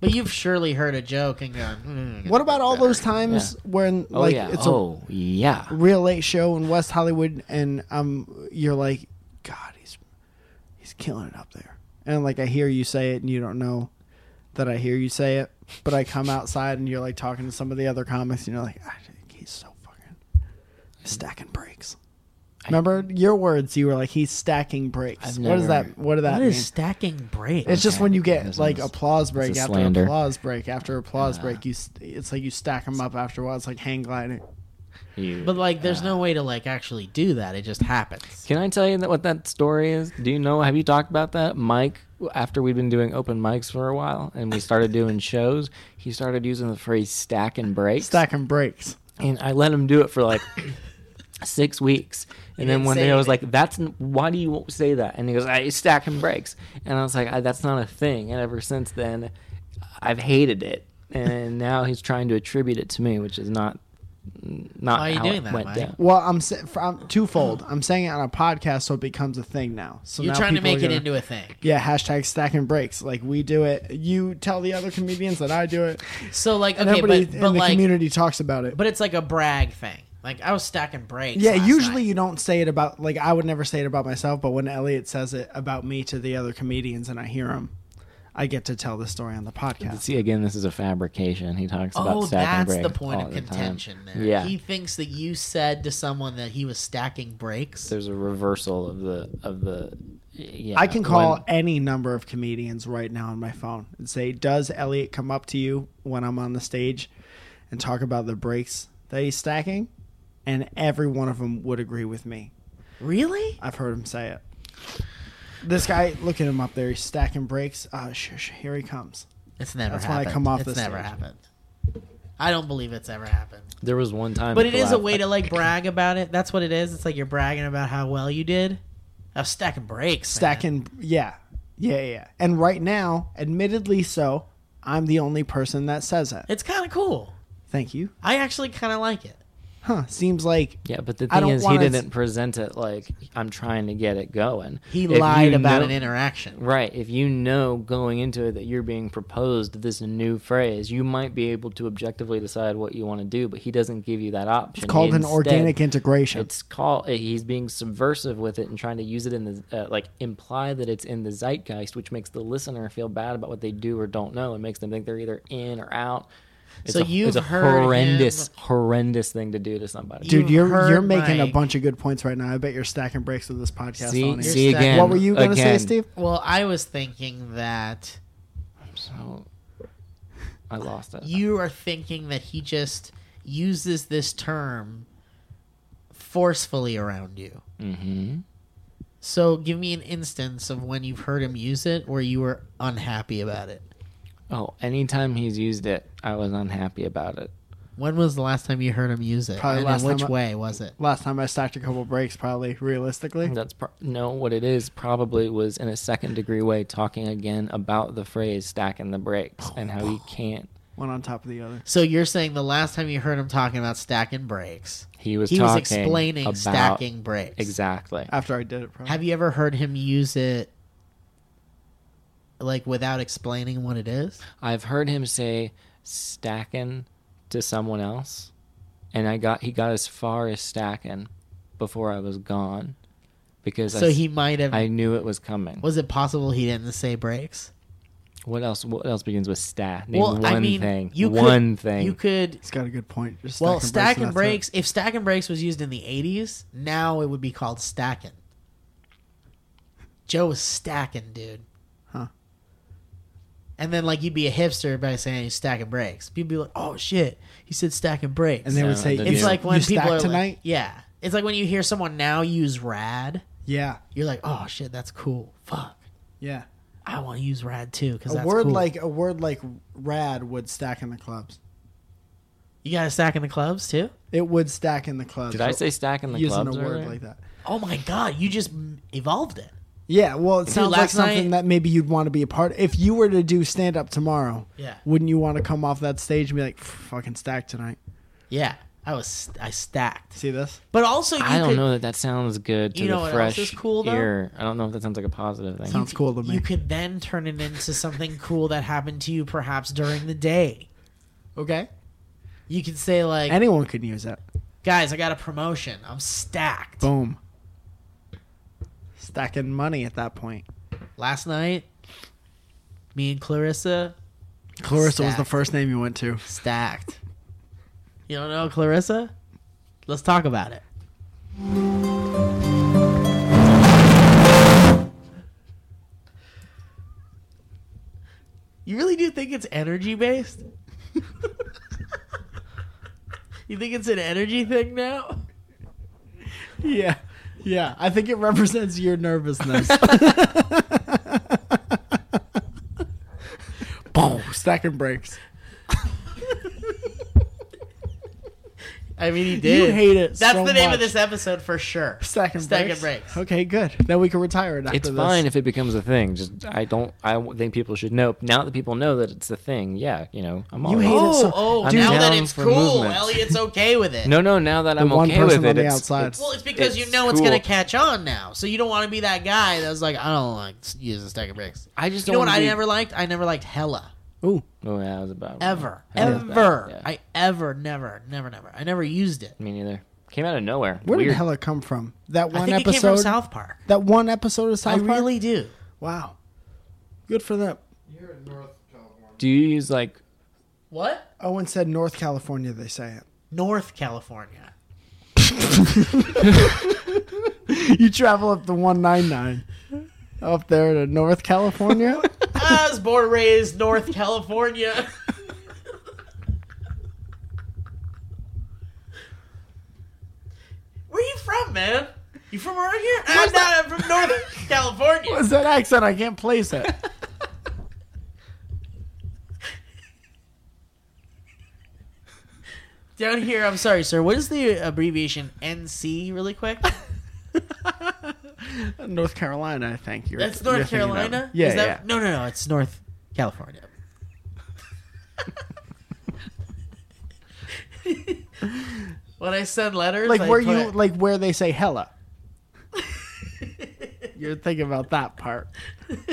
B: But you've surely heard a joke and gone, hmm.
C: What about all those times when
D: Oh
C: like
D: yeah.
C: it's a
D: oh yeah.
C: real late show in West Hollywood, and um, you're like, God, he's he's killing it up there. And like I hear you say it, and you don't know that I hear you say it. but I come outside and you're like talking to some of the other comics and you're like, "Ah, he's so fucking stacking breaks. Remember your words? You were like, he's stacking breaks.
E: I've
C: what does
E: never-
C: that? What does that
B: What
C: mean?
B: is stacking break?
C: it's just when you get
E: That's-
C: like
E: that's-
C: applause break
E: that's a
C: after
E: slander.
C: applause break after applause break. You, st- it's like you stack them up after a while. It's like hang gliding.
E: You-
B: but like, there's no way to like actually do that. It just happens.
D: Can I tell you that what that story is? Do you know? Have you talked about that, Mike? After we've been doing open mics for a while and we started doing shows, he started using the phrase "stack and break."
C: Stacking breaks.
D: and I let him do it for like
B: (coughs)
D: six weeks. And then
B: didn't
D: one
B: say
D: day I was
B: anything.
D: like, "That's n- why do you say that?" And he goes, "I stack and breaks." And I was like, I, "That's not a thing." And ever since then, I've hated it. And now he's trying to attribute it to me, which is not not
B: Why are you
D: how
B: doing
D: it
B: that,
D: went
B: Mike?
D: down.
C: Well, I'm, sa- for- I'm twofold. I'm saying it on a podcast so it becomes a thing now. So
B: You're
C: now
B: trying to
C: people are
B: make it
C: gonna-
B: into a thing.
C: Yeah, hashtag stacking breaks. Like we do it. You tell the other comedians that I do it.
B: So like,
C: And
B: okay,
C: everybody
B: but,
C: in
B: but
C: the
B: like,
C: community talks about it.
B: but it's like a brag thing. Like I was stacking breaks.
C: yeah,
B: last
C: usually
B: night.
C: you don't say it about like I would never say it about myself, but when Elliot says it about me to the other comedians and I hear him, I get to tell the story on the podcast.
E: see again. This is a fabrication. He talks
B: Oh,
E: about stack and
B: that's
E: break
B: the point
E: all
B: of
E: the time.
B: contention. there,
E: Yeah.
B: he thinks that you said to someone that he was stacking breaks.
E: There's a reversal of the of the. Yeah,
C: I can call
E: when-
C: any number of comedians right now on my phone and say, "Does Elliot come up to you when I'm on the stage and talk about the breaks that he's stacking?" And every one of them would agree with me.
B: really?
C: I've heard him say it. This guy, look at him up there. He's stacking breaks. Ah, shush, here he comes.
B: It's never.
C: That's when I
B: happened.
C: come off
B: It's
C: the
B: never
C: stage.
B: happened. I don't believe it's ever happened.
E: there was one time,
B: But it
E: that
B: is a
E: I-
B: way to
E: (coughs)
B: like brag about it. That's what it is. It's like you're bragging about how well you did. I was stacking breaks. man.
C: Stacking, yeah, yeah, yeah. And right now, admittedly so, I'm the only person that says that.
B: It's kind of cool.
C: Thank you.
B: I actually kind of like it.
C: Huh? Seems like
E: Yeah, but the thing
C: I don't
E: is, he
C: wanna-
E: didn't present it like I'm trying to get it going.
B: He
E: If
B: lied
E: you
B: about
E: know-
B: an interaction.
E: Right. If you know going into it that you're being proposed this new phrase, you might be able to objectively decide what you want to do, but he doesn't give you that option.
C: it's called an
E: Instead,
C: organic integration.
E: It's called. eh, He's being subversive with it and trying to use it in the uh, like imply that it's in the zeitgeist, which makes the listener feel bad about what they do or don't know, and makes them think they're either in or out. It's
B: So
E: a,
B: you've
E: it's a
B: heard him-
E: horrendous, horrendous thing to do to somebody.
C: Dude,
B: You've
C: you're you're
B: heard
C: making a
B: Mike.
C: bunch of good points right now. I bet you're stacking breaks with this podcast.
E: see,
C: on here.
E: see
B: You're
E: again.
C: what were you gonna
E: again.
C: say, Steve?
B: Well, I was thinking that
E: So, I lost it.
B: you are thinking that he just uses this term forcefully around you.
E: mm-hmm.
B: So give me an instance of when you've heard him use it where you were unhappy about it.
E: Oh, anytime he's used it, I was unhappy about it.
B: When was the last time you heard him use it?
C: Probably
B: and
C: last
B: in which
C: time I-
B: way was it?
C: Last time I stacked a couple breaks, probably realistically.
E: That's pro- no, what it is probably was in a second degree way talking again about the phrase stacking the brakes and how (sighs) he can't.
C: One on top of the other.
B: So you're saying the last time you heard him talking about stacking breaks,
E: He was
B: he was
E: talking
B: explaining
E: about,
B: stacking breaks.
E: exactly.
C: After I did it, probably.
B: Have you ever heard him use it like without explaining what it is?
E: I've heard him say stacking to someone else, and I got he got as far as stacking before I was gone because
B: so
E: I, s-
B: he might have.
E: I knew it was coming.
B: was it possible he didn't say breaks?
E: What else? What else begins with stack? Name
B: well,
E: one
B: I mean,
E: thing.
B: you could-
E: one thing.
B: You could.
C: He's got a good point. Just
B: Well, stack and
C: and that's it.
B: breaks. If stack and breaks was used in the '80s, now it would be called stacking. Joe was stacking, dude.
C: Huh.
B: And then, like, you'd be a hipster by saying he's stacking breaks. People be like, "Oh shit, he said stacking breaks."
C: And they would
E: No,
C: say,
E: they
B: it's
E: do.
B: like when
C: you
B: people
C: stack
B: are
C: tonight.
B: like, yeah, it's like when you hear someone now use rad,
C: yeah,
B: you're like, "Oh shit, that's cool. Fuck,
C: yeah.
B: I want to use rad too." Because
C: A
B: that's
C: word
B: cool.
C: like a word like rad would stack in the clubs.
B: you got to stack in the clubs too.
C: It would stack in the clubs.
E: Did I say stack in the
C: using
E: clubs
C: a word
E: earlier?
C: like that?
B: Oh my god, you just m- evolved it.
C: Yeah, well, it sounds like
B: last night-
C: something that maybe you'd want to be a part. If you were to do stand up tomorrow,
B: Yeah.
C: wouldn't you want to come off that stage and be like, "Fucking stack tonight"?
B: Yeah, I was I stacked,
C: See this?
B: but also you
E: I don't
B: could,
E: know that that sounds good to
B: You know
E: the
B: what else
E: fresh
B: is cool, though?
E: ear. I don't know if that sounds like a positive thing.
C: Sounds cool to me.
B: You could then turn it into something cool that happened to you perhaps during the day.
C: Okay.
B: You could say like,
C: Anyone can use it.
B: "Guys, I got a promotion. I'm stacked."
C: Boom. Stacking money at that point.
B: Last night, me and Clarissa
C: Clarissa was the
B: Stacked.
C: first name you went to.
B: Stacked. You don't know Clarissa? Let's talk about it. You really do think it's energy based? (laughs) you think it's an energy thing now?
C: (laughs) Yeah. Yeah. I think it represents
B: (laughs)
C: your nervousness. Boom. Stacking breaks.
B: I mean, he did.
C: You hate it.
B: That's
C: so
B: the name of
C: much.
B: this episode for sure.
C: Stacking
B: Stack
C: breaks.
B: and breaks.
C: Okay, good. Then we can retire it after
E: it's
C: this.
E: fine if it becomes a thing. Just I don't. I don't think people should know. Now that people know that it's a thing, yeah, you know, I'm all.
C: You hate
E: right.
C: it
B: Oh,
C: so-
B: oh!
E: I'm
B: now that
E: down
B: it's
E: for
B: cool,
E: movement.
B: Elliot's okay with it.
E: No, no. Now that
C: The
E: I'm
C: one
E: okay
C: person
E: with it,
C: on the
E: it's-
C: outside.
E: it's-
B: Well, it's because you
E: it's
B: know it's going to
E: cool.
B: catch on now, so you don't want to be that guy that was like, I don't like using stack of bricks.
E: I just
B: you know
E: don't
B: what
E: wanna
B: I
E: be-
B: never liked. I never liked Hella
C: Ooh.
E: Oh, yeah, I was about
B: ever,
E: I was about-
B: ever.
E: yeah.
B: I ever, never, never, never. I never used it.
E: Me neither. Came out of nowhere.
C: Where
E: Weird.
C: did hell it come from? That one
B: I think
C: episode.
B: it came from South Park.
C: that one episode of South
B: I
C: Park?
B: really do.
C: Wow. Good for them.
E: Do you use like?
B: What?
C: Owen said North California. They say
B: (laughs)
C: it.
B: North
E: (laughs)
B: California.
C: You travel up the one nine nine, up there to
B: (laughs)
C: North California.
B: I was born and raised North California. (laughs) Where you from, man? You from around here? I'm not. I'm from
E: (laughs)
B: North California.
C: What's that accent? I can't place it.
B: Down here, I'm sorry, sir. What is the abbreviation NC, really
C: (laughs)
B: quick?
C: North Carolina, I think. You're,
B: That's
C: you're
B: North
C: thinking of.
B: Carolina?
C: Yeah,
B: Is
C: yeah.
B: that, No, no, no. It's North California.
C: (laughs)
B: when I send letters,
C: Like
B: I
C: where
B: put-
C: you like where they
B: (laughs)
C: say hella. you're thinking about that part. (laughs)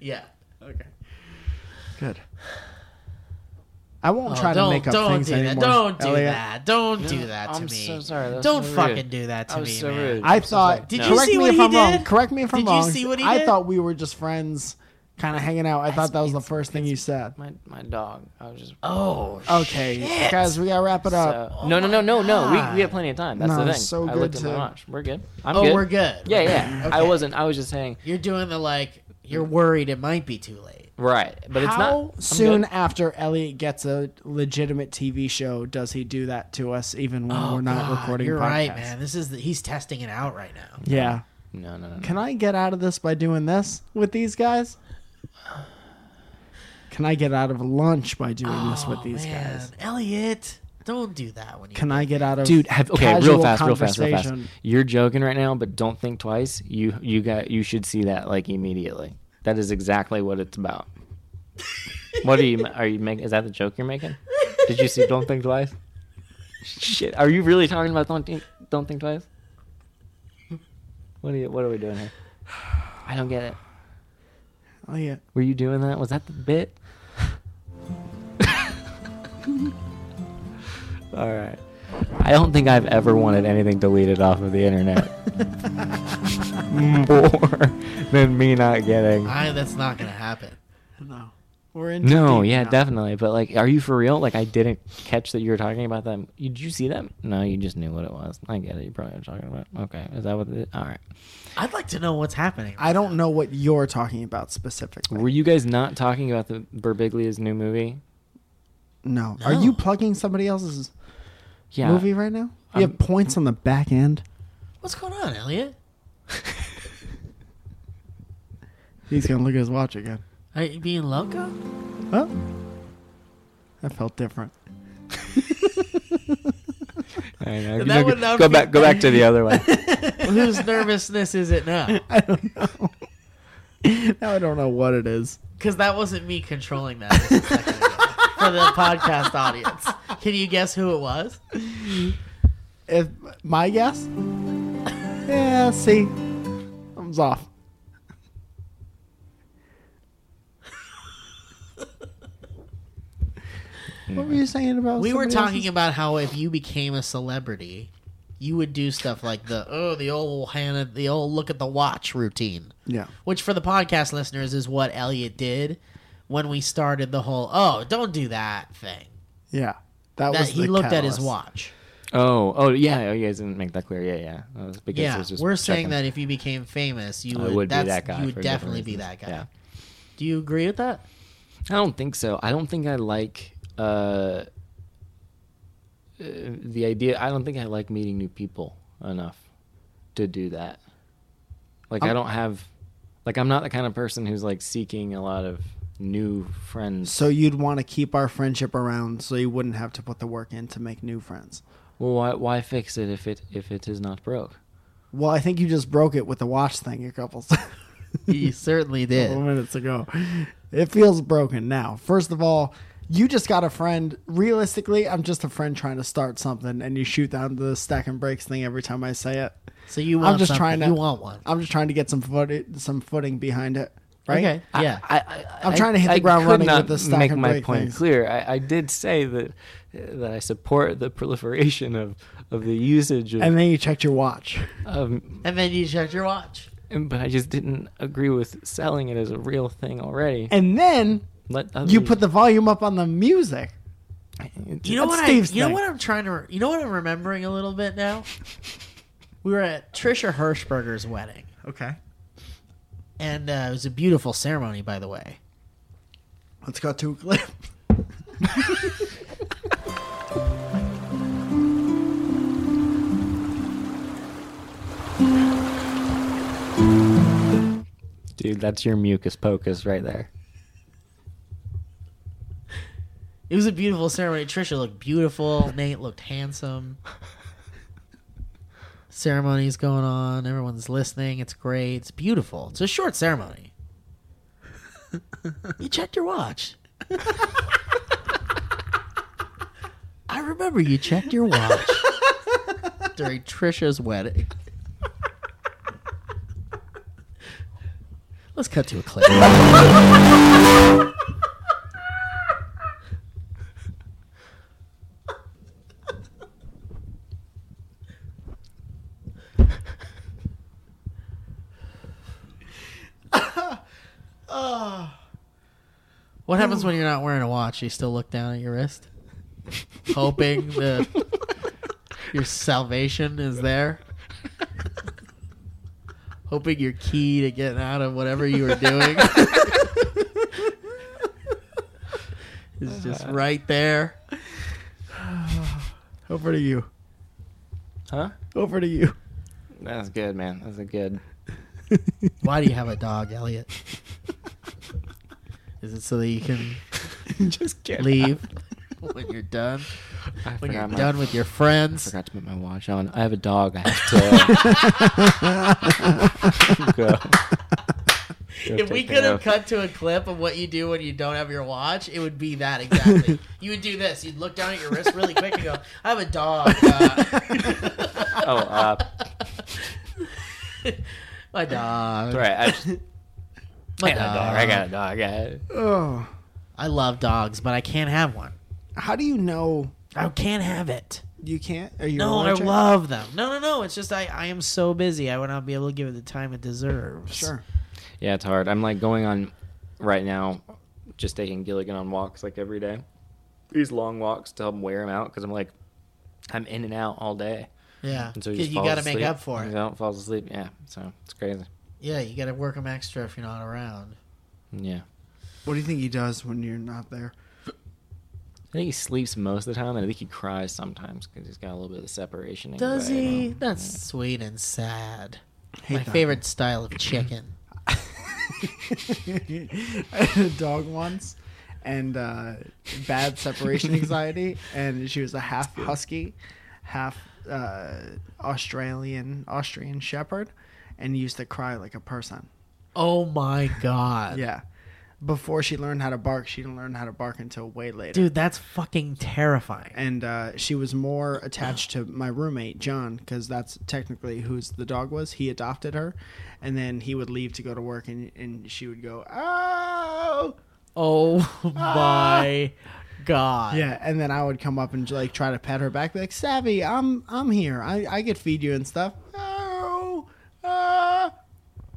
B: Yeah.
C: Okay. Good. I won't
B: Oh,
C: try to
B: don't-
C: make up
B: don't
C: things
B: do
C: anymore.
B: That. Don't do
C: Elliot.
B: that. Don't do that to
E: I'm
B: me.
E: so sorry. That was
B: Don't
E: so rude.
B: fucking do that to
E: I was
B: me,
E: so
B: man.
E: rude.
C: I thought.
B: Did you
C: correct
B: see
C: me
B: what
C: if
B: he
C: I'm wrong.
B: did?
C: Correct me if I'm
B: Did you
C: wrong.
B: see what he
C: I
B: did?
C: thought we were just friends, kind of hanging out. I thought that was the first thing you said.
E: My my dog. I was just.
B: Oh,
C: Okay, guys, we gotta wrap it up.
E: So, no, no, no, no, no. We, we have plenty of time. That's
C: No,
E: the thing.
C: it's so
E: I
C: good
E: looked at my
C: to-
E: watch. We're good. I'm
B: Oh,
E: good.
B: we're good.
E: Yeah, yeah. I wasn't. I was just saying.
B: You're doing the like. You're worried it might be too late.
E: Right, but it's not.
C: How
E: I'm
C: soon
E: good.
C: after Elliot gets a legitimate TV show does he do that to us? Even when we're not recording,
B: Oh, You're
C: podcasts?
B: right, man. This is the, he's testing it out right now.
C: Yeah.
E: No, no, no. no.
C: Can I get out of this by doing this with these guys? Can I get out of lunch by doing this
E: Oh,
C: with these
B: Man,
C: guys?
B: Elliot, don't do that when you.
C: Can I get out of
E: Dude, have, okay, real
C: casual
E: fast, real fast, real fast.
C: conversation?
E: You're joking right now, but don't think twice. You you got you should see that like immediately. That is exactly what it's about. what are you are you making? Is that the joke you're making? Did you see? Don't think twice. Shit, are you really talking about don't think, don't think twice? What are you? What are we doing here? I don't get it.
C: Oh yeah.
E: Were you doing that? Was that the bit? All right. I don't think I've ever wanted anything deleted off of the internet more than me not getting.
B: I, that's not gonna happen.
C: No. We're in.
E: No,
C: too deep
E: yeah,
C: now.
E: definitely. But like, are you for real? Like, I didn't catch that you were talking about them. You- Did you see them? No, you just knew what it was. I get it. You probably were talking about. Okay, is that what? It, all right.
B: I'd like to know what's happening.
C: I don't know what you're talking about specifically.
E: Were you guys not talking about the Burbiglia's new movie?
C: no. Are
B: No.
C: you plugging somebody else's
E: Yeah.
C: movie right now? You have points on the back end.
B: What's going on, Elliot?
C: He's gonna look at his watch again.
B: Are you being loco? (laughs)
C: Oh. That felt different.
E: I know.
B: That would not
E: go
B: be-
E: back. Go back to the other one.
B: Whose nervousness is it now?
C: (laughs) Now I don't know what it is.
B: Because that wasn't me controlling that just a second ago for the podcast audience. Can you guess who it was?
C: If my guess? Yeah, see. Thumbs off. what were you saying about
B: We were
C: somebody
B: talking
C: else's-
B: about how if you became a celebrity, you would do stuff like the oh the old Hannah the old look at the watch routine,
C: Yeah.
B: which for the podcast listeners is what Elliot did when we started the whole oh don't do that thing.
C: Yeah, that,
B: That
C: was.
B: he
C: the
B: looked at his
C: catalyst.
B: watch.
E: Oh, oh yeah. Oh, you guys didn't make that clear. Yeah, yeah. That was because it
B: Yeah,
E: was just
B: we're
E: checking.
B: saying that if you became famous, you
E: I
B: would,
E: would be
B: that's,
E: that guy
B: You would
E: for different
B: definitely be
E: reasons.
B: that guy.
E: Yeah.
B: Do you agree with that?
E: I don't think so. I don't think I like uh, uh, the idea. I don't think I like meeting new people enough to do that. Like
B: Um,
E: I'm, I do not have, like I'm not the kind of person who's like seeking a lot of new friends.
C: So you'd want to keep our friendship around, so you wouldn't have to put the work in to make new friends.
E: Well, why why fix it if it if it is not broke?
C: Well, I think you just broke it with the watch thing a couple,
B: (laughs)
C: (laughs)
B: He certainly
C: couple
B: did.
C: minutes ago. It feels broken now. First of all, you just got a friend. Realistically, I'm just a friend trying to start something, and you shoot down the stack and breaks thing every time I say it.
B: So you want
C: I'm just
B: something.
C: trying to.
B: you want one.
C: I'm just trying to get some footing, some footing behind it. Right.
B: Okay. yeah.
E: I, I,
C: I'm trying to hit the ground
E: could
C: running
E: not
C: with the stack
E: make
C: and
E: my
C: break
E: point
C: things.
E: clear. I, I did say that that I support the proliferation of of the usage of,
C: And then you checked your watch.
E: of
B: and then you checked your watch.
E: And- but I just didn't agree with selling it as a real thing already.
C: And then
E: Let
C: you put the volume up on the music.
B: You know
C: That's
B: what
C: Steve's
B: I? You know
C: thing.
B: what I'm trying to. You know what I'm remembering a little bit now. we were at Trisha Hirschberger's wedding,
C: Okay.
B: and uh, it was a beautiful ceremony, by the way.
C: Let's go to a clip.
E: dude. That's your mucus pocus right there.
B: It was a beautiful ceremony. Trisha looked beautiful. Nate looked handsome. Ceremony's going on. Everyone's listening. It's great. It's beautiful. It's a short ceremony. (laughs) you checked your watch. I remember you checked your
E: (laughs)
B: watch during Trisha's wedding. Let's cut to a clip.
C: Ah.
B: What happens when you're not wearing a watch? You still look down at your wrist, hoping
C: (laughs)
B: that (laughs) your salvation is there, hoping your key to getting out of whatever you were
E: (laughs)
B: doing is just right there.
C: Over to you.
E: Huh?
C: Over to (laughs) you.
E: That's good, man. That's a good.
C: (laughs)
B: Why do you have a dog, Elliot? Is it so that you can
E: just
C: (laughs)
E: kidding.
B: leave when you're done?
E: I
B: When you're
E: forgot, my,
B: done with your friends?
E: forgot to put my watch on. I have a dog. I (laughs) have to. go.
B: if we could have cut to a clip of what you do when you don't have your watch, it would be that
E: (laughs)
B: exactly. you would do this. You'd look down at your wrist really quick and go, "I have a dog. Uh,
E: Oh, uh,
B: (laughs) my dog.
E: right. I, just,
B: My
E: I got a dog. I got a dog. Yeah.
C: Oh.
B: I love dogs, but I can't have one.
C: How do you know
B: I can't have it.
C: you can't? Are you
B: No, I
C: allergic?
B: love them. No, no, no. It's just I, I am so busy. I would not be able to give it the time it deserves.
C: Sure.
E: Yeah, it's hard. I'm like going on right now, just taking Gilligan on walks like every day. These long walks to help him wear him out because I'm like, I'm in and out all day,
B: Yeah.
E: and so he just
B: Because you
E: falls
B: got to make
E: asleep.
B: up for
E: He
B: it.
E: don't falls asleep. Yeah, so it's crazy.
B: Yeah, you got to work them extra if you're not around.
E: Yeah,
C: What do you think he does when you're not (laughs) there?
E: I think he sleeps most of the time, and I think he cries sometimes because he's got a little bit of separation.
B: Does
E: anxiety.
B: he? That's sweet and sad.
C: Hate
B: My
C: that.
B: favorite style of chicken.
C: I had a dog once and uh, bad (laughs) separation anxiety, and she was a half husky, half uh, Australian, Austrian shepherd, and used to cry like a person.
B: Oh my god.
C: Yeah. Before she learned how to bark, she didn't learn how to bark until way later.
B: Dude, that's fucking terrifying.
C: and uh, she was more attached to my roommate John because that's technically whose the dog was. He adopted her, and then he would leave to go to work, and and she would go oh (laughs)
B: Oh my god.
C: yeah, and then I would come up and like try to pet her back, be like Savvy, I'm I'm here, I I could feed you and stuff. Oh, ah,"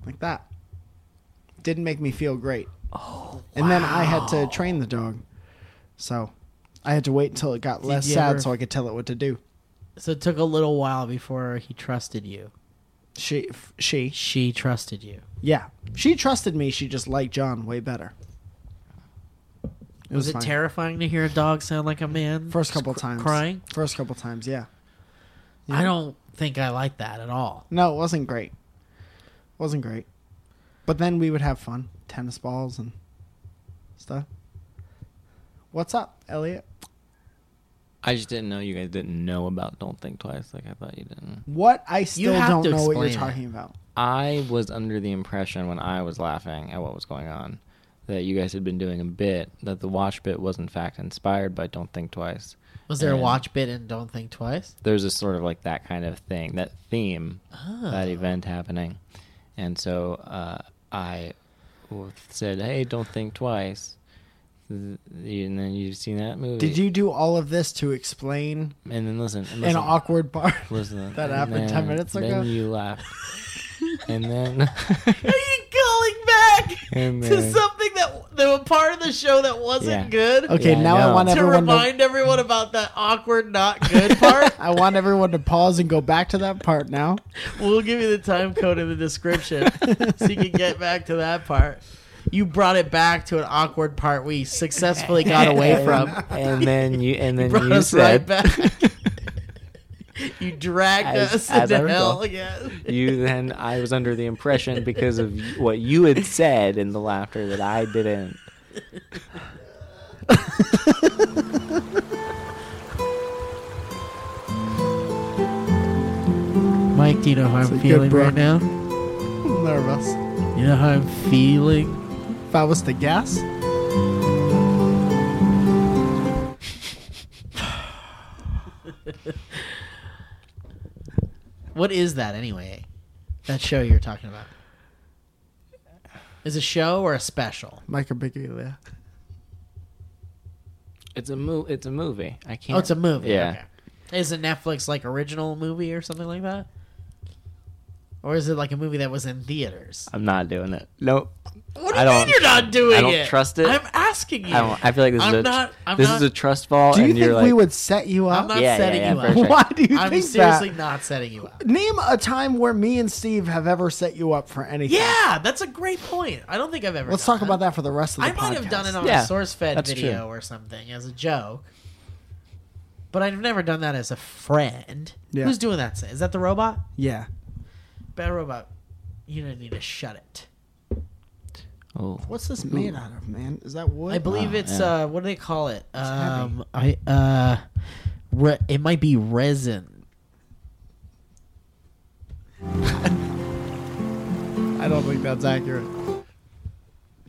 C: like that. Didn't make me feel great. and then I had to train the dog. So I had to wait until it got less
B: you
C: sad
B: ever-
C: so I could tell it what to do.
B: So it took a little while before he trusted you.
C: She, f- she,
B: She trusted you.
C: yeah, she trusted me. She just liked John way better.
B: Was,
C: was
B: it
C: fine.
B: terrifying to hear a dog sound like a man?
C: First
B: Just
C: couple
B: cr-
C: times,
B: Crying?
C: First couple times, yeah.
B: I don't think I like that at all.
C: No, it wasn't great. Wasn't great. But then we would have fun, tennis balls and stuff. What's up, Elliot?
E: I just didn't know you guys didn't know about Don't Think Twice like I thought you didn't.
C: What I still
B: have
C: don't
B: to
C: know what you're
B: explain it.
C: talking about.
E: I was under the impression when I was laughing at what was going on that you guys had been doing a bit that the watch bit was in fact inspired by Don't Think Twice.
B: Was there a
E: And-
B: watch bit and don't think twice?
E: there's a sort of like that kind of thing, that theme, that event happening. And so uh, I w- said, hey, don't think twice. Th- And then you've seen that movie.
C: Did you do all of this to explain
E: And then listen. And
C: an
E: listen,
C: awkward part?
E: (laughs) listen,
C: that
E: and
C: happened 10
E: then-
C: minutes ago?
E: Then you laughed. and
C: (laughs)
E: then. (laughs)
B: Are you calling back
E: And
B: to
E: then-
B: something that the part of the show that wasn't
E: Yeah.
B: good?
C: (laughs) Okay,
E: Yeah,
C: now
E: I
C: I,
E: know.
C: want
E: To
B: To
C: everyone
B: remind everyone about that awkward, not
E: (laughs)
B: good part,
C: I want everyone to pause and go back to that part now.
B: we'll give you the time code in the description so you can get back to that part. You brought it back to an awkward part we successfully
E: (laughs)
B: got away from.
E: and then you and then
B: (laughs) brought
E: you
B: us
E: said
B: right back. (laughs) you dragged
E: As-
B: us
E: as I
B: into hell
E: recall.
B: again.
E: you then I was under the impression because of what you had said in the laughter that I didn't.
B: Mike, do you know how
C: I'm a good feeling right break.
B: now?
C: I'm nervous.
B: You know how I'm feeling?
C: If I was to guess,
B: What is that anyway? That show you're talking about. Is it a show or a special?
C: Michael Biglia.
E: It's a mo- It's a movie. I can't.
B: Oh, it's a movie.
E: Yeah.
B: Okay. Is it Netflix like original movie or something like that? Or is it like a movie that was in theaters?
E: I'm not doing it. Nope.
B: What do
E: I
B: you mean
E: don't-
B: you're not doing it?
E: I don't trust it.
B: I'm asking you.
E: I, don't, I feel like this
B: I'm
E: is a,
B: not- I'm
E: this
B: not-
E: is a trust fall.
C: Do you
E: and
C: think
E: you're like,
C: we would set you
B: I'm
C: up?
B: not
E: Yeah, yeah,
B: setting
E: yeah,
B: you
E: for
B: up.
E: sure.
C: (laughs) Why do you
B: I'm
C: think
B: seriously
C: that?
B: not setting you up.
C: Name a time where me and Steve have ever set you up for anything.
B: Yeah, that's a great point. I don't think I've ever.
C: Let's
B: done
C: talk about that for the rest of the
B: I
C: podcast.
B: might have done it on
E: Yeah,
B: a SourceFed
E: that's
B: video
E: true.
B: or something as a joke, but I've never done that as a friend.
C: Yeah.
B: Who's doing that? Is that the robot?
C: Yeah.
B: Bad robot. You don't need to shut it.
E: oh,
C: What's this made out of, man? Is that wood?
B: I believe
E: Wow,
B: it's
E: yeah.
B: uh, what do they call it?
C: heavy.
B: Um, I uh, re- it might be resin.
C: I don't think that's accurate.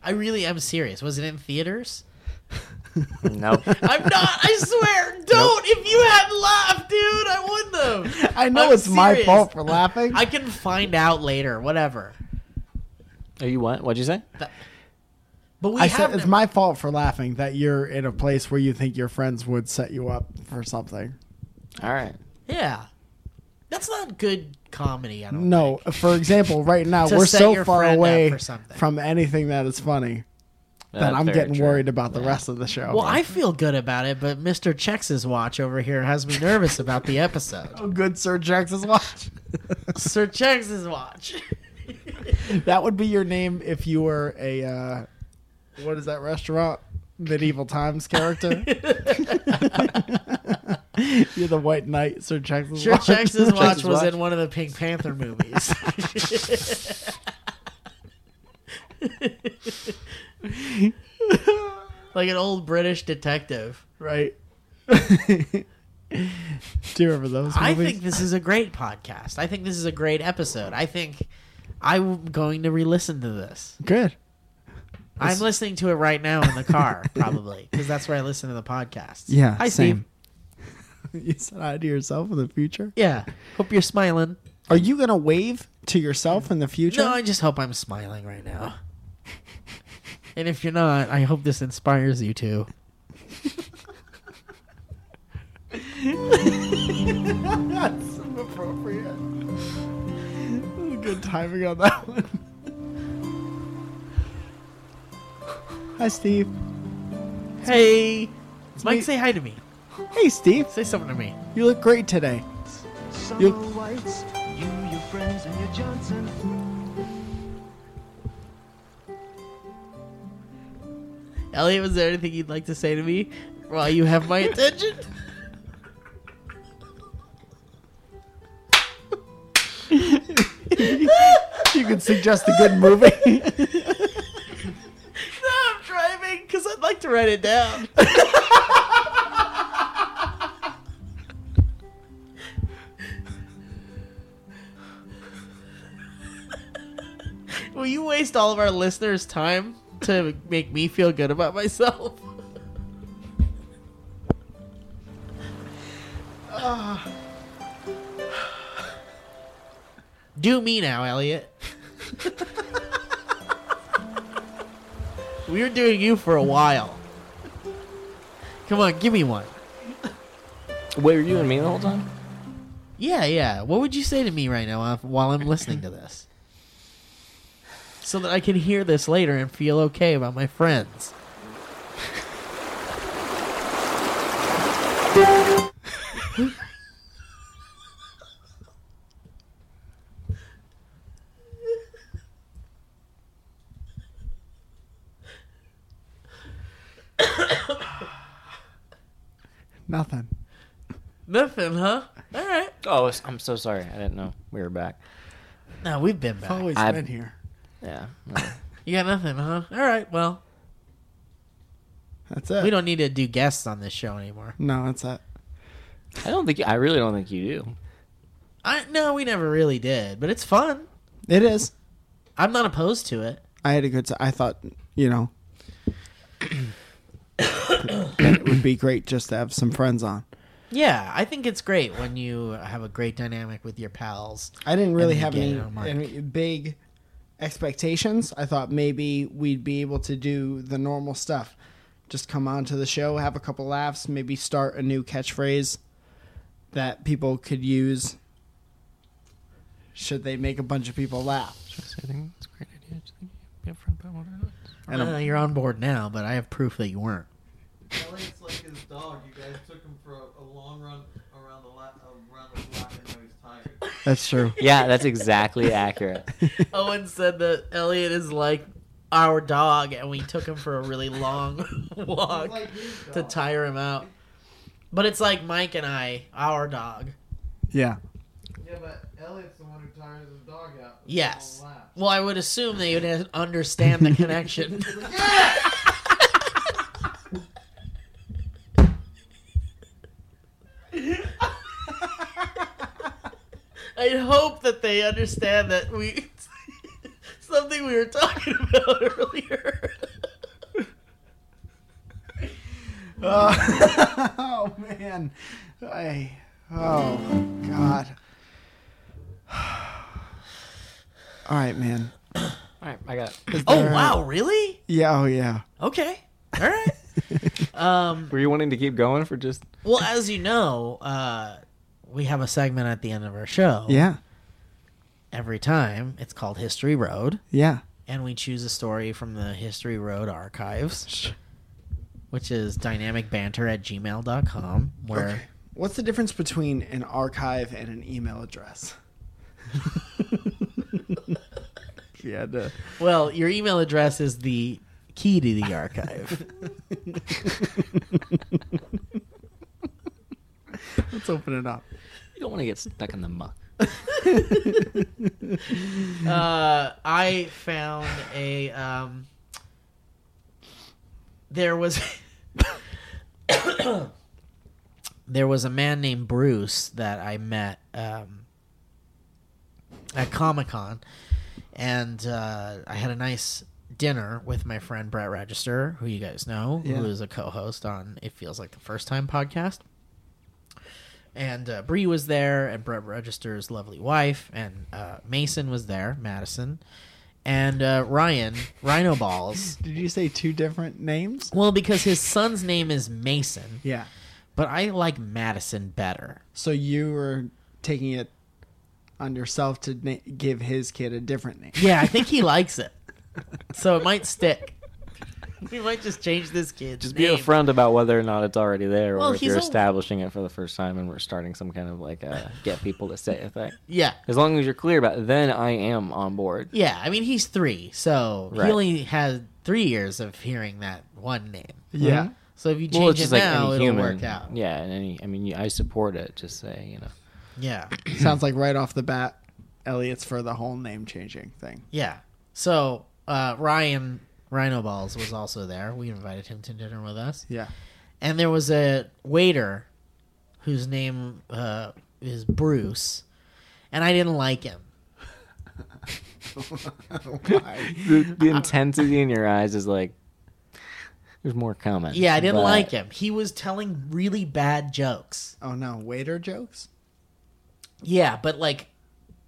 B: I really am serious. Was it in theaters?
D: (laughs)
E: nope.
B: I'm not. I
C: (laughs)
B: swear. Don't. If you had laughed, dude, I wouldn't have.
C: (laughs) I know
B: I'm
C: it's my
B: serious.
C: fault for laughing.
B: (laughs) I can find out later. Whatever.
E: Are you what? What'd you say?
B: But we
C: I
B: have.
C: said it's
B: never-
C: my fault for laughing that you're in a place where you think your friends would set you up for something.
E: All right.
B: yeah. That's not good comedy. I don't.
C: No, for example, right
B: (laughs)
C: now
B: To
C: we're
B: set
C: so
B: your
C: far
B: friend up
C: away
B: for something.
C: from anything that is funny that
E: That's
C: I'm
E: very
C: getting
E: true.
C: worried about the rest of the show.
B: Well, I feel good about it, but Mr. Chex's watch over here has me nervous about the
C: (laughs)
B: episode.
C: Oh, (laughs) good Sir
B: (laughs)
C: Jackson's watch.
B: Sir Chex's watch.
C: That would be your name if you were a uh, what is that restaurant? Medieval
B: (laughs)
C: Times character. You're the White Knight, Sir Jackson's
B: Sir
C: watch.
B: Chex's watch was
E: watch.
B: in one of the Pink Panther movies. (laughs) like an old British detective.
C: (laughs) right? Do you remember those movies?
B: I think this is a great podcast. I think this is a great episode. I think I'm going to re-listen to this.
C: good.
B: I'm listening to it right now in the car, probably because that's where I listen to the podcast.
C: Yeah,
B: Hi, Steve.
C: same. (laughs) You said hi to yourself in the future.
B: Yeah. Hope you're smiling.
C: Are you gonna wave to yourself in the future?
B: No, I just hope I'm smiling right now. and if you're not, I hope this inspires you to.
C: That's inappropriate. Good timing on that one. Hi, Steve.
B: Hey, Mike,
C: me.
B: say hi to me.
C: Hey, Steve.
B: Say something to me.
C: You look great today.
F: Summer
C: You-
F: whites, you, your friends, and your
C: (laughs)
F: Johnson.
B: Elliot, was there anything you'd like to say to me while you have (laughs) my attention?
C: You could suggest a good movie. (laughs)
B: no, I'm driving because I'd like to write it down. Will you waste all of our listeners' time to make me feel good about myself? (sighs) Ah. Do me now, Elliot. We were doing you for a while. Come on, give me one.
D: Wait, were you and me the whole time?
B: Yeah, yeah. What would you say to me right now uh, while I'm listening to this? So that I can hear this later and feel okay about my friends.
C: Nothing.
B: Nothing, huh? All right.
D: Oh, s- I'm so sorry. I didn't know we were back.
B: No, we've been back.
C: Always
D: I-
C: been here.
D: Yeah.
B: You got nothing, huh? All right. Well,
C: That's it.
B: we don't need to do guests on this show anymore.
C: No, that's it.
D: I don't think. I really don't think you do.
B: I no, we never really did, but it's fun.
C: It is.
B: I'm not opposed to it.
C: I had a good. ti- I thought, you know, (coughs) that it would be great just to have some friends on.
B: Yeah, I think it's great when you have a great dynamic with your pals.
C: I didn't really
B: And
C: have
B: again,
C: any,
B: oh, Mark.
C: any big expectations. I thought maybe we'd be able to do the normal stuff. Just come on to the show, have a couple laughs, maybe start a new catchphrase that people could use should they make a bunch of people laugh.
E: I think that's a great idea. Do you think you'd be upfront about what it is?
B: I know you're on board now, but I have proof that you weren't.
H: Elliot's like his dog. You guys took him for a, a long run around the la- around the block, and now he's tired.
C: That's true.
D: Yeah, that's exactly (laughs) accurate.
B: (laughs) Owen said that Elliot is like our dog, and we took him for a really long (laughs) walk
H: Like his
B: to
H: dog.
B: tire him out. But it's like Mike and I, our dog.
C: Yeah.
H: yeah, but Elliot's the one who tires his dog out. with the
B: Yes.
H: long laugh.
B: Well, I would assume they would (laughs) understand the connection. I hope that they understand that we (laughs) something we were talking about (laughs) earlier.
C: (laughs) oh man, I oh god. (sighs) All right, man.
D: All right, I got. It.
C: Is
B: oh
C: there-
B: wow, really?
C: Yeah. Oh yeah.
B: Okay. All right. (laughs) um
D: Were you wanting to keep going for just?
B: well, as you know, uh we have a segment at the end of our show.
C: Yeah.
B: every time. It's called History Road,
C: Yeah.
B: and we choose a story from the History Road archives, which is dynamicbanter at gmail.com, where
C: Okay. What's the difference between an archive and an email address? (laughs) yeah. The,
B: Well, your email address is the key to the archive.
C: (laughs) let's open it (laughs) up.
D: You don't want to get stuck in the muck.
B: uh, I found a. Um, there was. (coughs) there was a man named Bruce that I met um, at Comic Con, and uh, I had a nice dinner with my friend Brett Register, who you guys know, who is a co-host on It Feels Like the First Time podcast and uh, Bree was there, and Brett Register's lovely wife, and uh, Mason was there, Madison, and uh, Ryan Rhino Balls.
C: Did you say two different names?
B: well, because his son's name is Mason,
C: Yeah.
B: but I like Madison better.
C: So you were taking it on yourself to na- give his kid a different name.
B: Yeah, I think he likes it, so it might stick. we might just change this kid.
E: Just be upfront about whether or not it's already there,
B: Well,
E: or if
B: he's
E: you're
B: al-
E: establishing it for the first time, and we're starting some kind of like uh, get people to say a thing.
B: (laughs) Yeah.
E: As long as you're clear about, it, then I am on board.
B: Yeah, I mean he's three, so
E: Right.
B: he only had three years of hearing that one name.
C: Yeah.
B: So if you change
E: Well, it's
B: it
E: just like
B: now,
E: any
B: it'll
E: human.
B: work out.
E: Yeah, and any, I mean, you- I support it. Just say, you know,
B: Yeah,
C: Sounds like right off the bat, Elliot's for the whole name changing thing.
B: yeah. So uh, Ryan Rhino Balls was also there. We invited him to dinner with us,
C: Yeah.
B: and there was a waiter whose name uh, is Bruce, and I didn't like him.
E: the, the intensity in your eyes is like, there's more coming.
B: Yeah, I didn't
E: But-
B: like him. He was telling really bad jokes.
C: (laughs) Oh no, waiter jokes.
B: Yeah, but like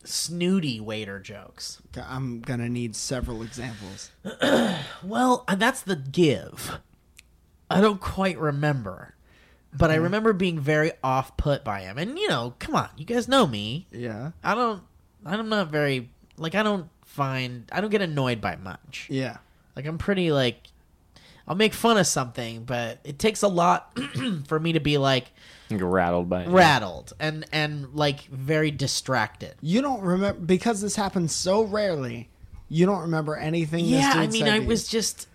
B: snooty waiter jokes.
C: G- I'm gonna need several examples.
B: Well, and that's the give. I don't quite remember, but I remember being very off put by him. And you know, come on, you guys know me.
C: Yeah.
B: I don't. I'm not very like I don't find I don't get annoyed by much.
C: Yeah.
B: Like I'm pretty like I'll make fun of something, but it takes a lot (clears throat) for me to be like
E: You're rattled by it.
B: rattled and and like very distracted.
C: You don't remember because this happens so rarely. You don't remember anything.
B: Yeah,
C: this
B: I
C: dude
B: mean,
C: said
B: I
C: to you.
B: was just,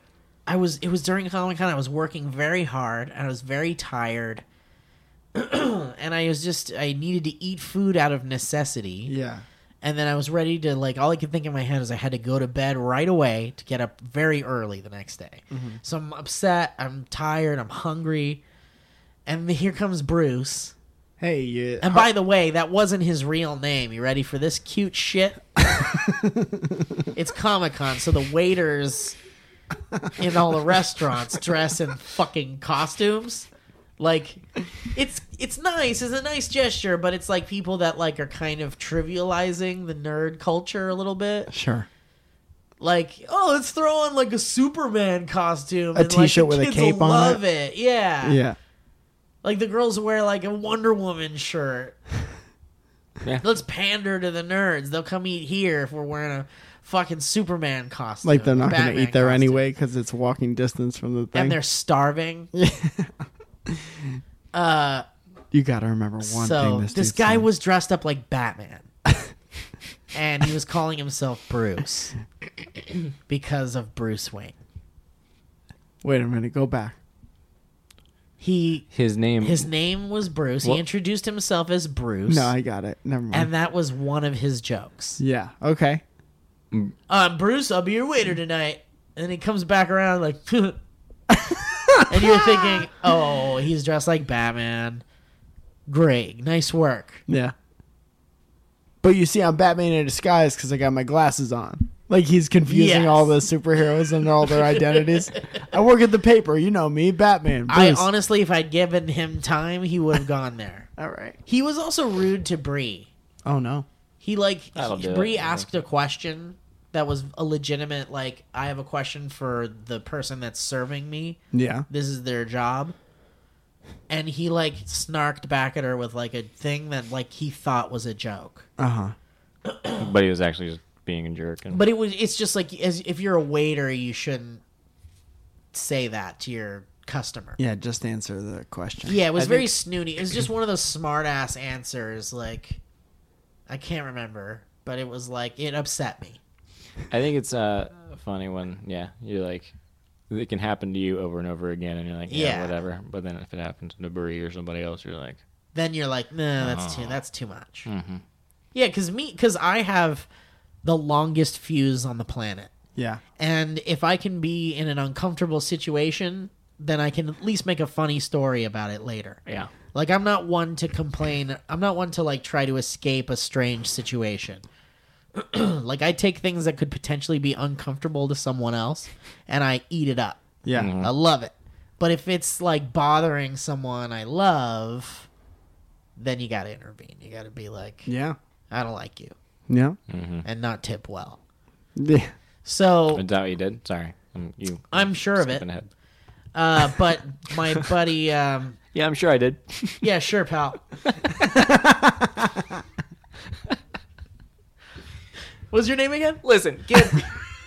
B: I was, it was during Comic Con. I was working very hard and I was very tired. (clears throat) and I was just, I needed to eat food out of necessity.
C: Yeah.
B: And then I was ready to, like, all I could think in my head is I had to go to bed right away to get up very early the next day. So I'm upset. I'm tired. I'm hungry. And here comes Bruce.
C: Hey, you.
B: And by the way, that wasn't his real name. You ready for this cute shit?
C: (laughs)
B: it's Comic Con, so the waiters in all the restaurants dress in fucking costumes. Like, it's it's nice. It's a nice gesture, but it's like people that like are kind of trivializing the nerd culture a little bit.
C: sure.
B: Like, oh, let's throw on like a Superman costume,
C: A
B: and, like,
C: t-shirt
B: the
C: with a
B: kids
C: cape
B: will
C: on
B: love
C: it.
B: it. Yeah,
C: Yeah.
B: like the girls wear like a Wonder Woman shirt.
E: Yeah.
B: Let's pander to the nerds. They'll come eat here if we're wearing a fucking Superman costume.
C: Like they're not going to
B: Batman
C: eat there
B: costume.
C: anyway because it's walking distance from the thing.
B: And they're
C: (laughs)
B: starving. Uh,
C: you got to remember one
B: so
C: thing.
B: this,
C: This, dude
B: guy
C: said.
B: was dressed up like
C: (laughs)
B: Batman. and he was calling himself
C: (laughs)
B: Bruce because of Bruce Wayne.
C: Wait a minute. Go back.
B: He
E: His name.
B: his name was Bruce. He introduced himself as Bruce.
C: No, I got it. Never mind.
B: and that was one of his jokes.
C: yeah. Okay.
B: I'm Bruce, I'll be your waiter tonight. And he comes back around like, (laughs) and you're thinking, oh, he's dressed like Batman. Great, nice work.
C: Yeah. But you see, I'm Batman in disguise because I got my glasses on. Like he's confusing
B: Yes.
C: all the superheroes and
B: (laughs)
C: all their identities. I work at the paper. You know me, Batman. Bruce.
B: I honestly, if I'd given him time, he would have gone there.
C: all right.
B: He was also rude to Bree.
C: Oh no.
B: He like
E: That'll
B: he-
E: do it,
B: Bree
E: yeah.
B: asked a question that was a legitimate. Like, I have a question for the person that's serving me.
C: Yeah.
B: this is their job and he like snarked back at her with like a thing that like he thought was a joke
C: Uh huh.
E: But he was actually just being a jerk. And,
B: but it was it's just like as if you're a waiter you shouldn't say that to your customer
C: Yeah. Just answer the question.
B: yeah it was very snooty it was just one of those smart ass answers like i can't remember but it was like it upset me
E: I think it's uh, funny when, yeah, you're like, it can happen to you over and over again, and you're like, yeah,
B: Yeah.
E: whatever. But then if it happens to Bree or somebody else, you're like,
B: then you're like, no, that's too that's too much. Yeah, because me because I have the longest fuse on the planet,
C: Yeah.
B: and if I can be in an uncomfortable situation, then I can at least make a funny story about it later.
E: yeah.
B: Like I'm not one to complain. I'm not one to like try to escape a strange situation. (clears throat) like I take things that could potentially be uncomfortable to someone else, and I eat it up.
C: Yeah.
B: I love it. But if it's like bothering someone I love, then you got to intervene. You got to be like,
C: Yeah.
B: I don't like you,
C: Yeah.
B: Mm-hmm. and not tip well.
C: Yeah. (laughs)
B: So
E: Is that what you did? Sorry. Um, you
B: I'm sure of it.
E: skipping ahead.
B: Uh, but my buddy, um,
E: Yeah, I'm sure I did. (laughs)
B: yeah, sure, pal. What's your name again?
E: Listen, kid.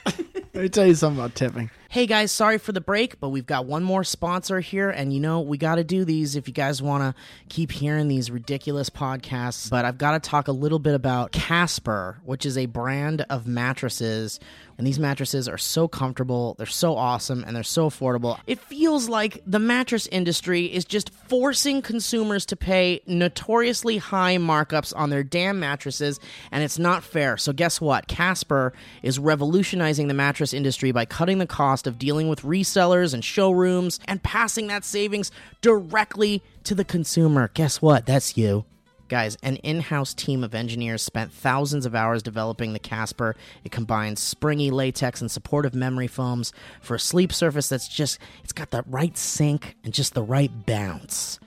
C: Let me tell you something about tipping.
B: Hey guys, sorry for the break, but we've got one more sponsor here, and you know, we got to do these if you guys want to keep hearing these ridiculous podcasts. But I've got to talk a little bit about Casper, which is a brand of mattresses. And these mattresses are so comfortable, they're so awesome, and they're so affordable. It feels like the mattress industry is just forcing consumers to pay notoriously high markups on their damn mattresses, and it's not fair. So, guess what? Casper is revolutionizing the mattress industry by cutting the cost of dealing with resellers and showrooms and passing that savings directly to the consumer. Guess what? That's you. Guys, an in house team of engineers spent thousands of hours developing the Casper. It combines springy latex and supportive memory foams for a sleep surface that's just, it's got the right sink and just the right bounce.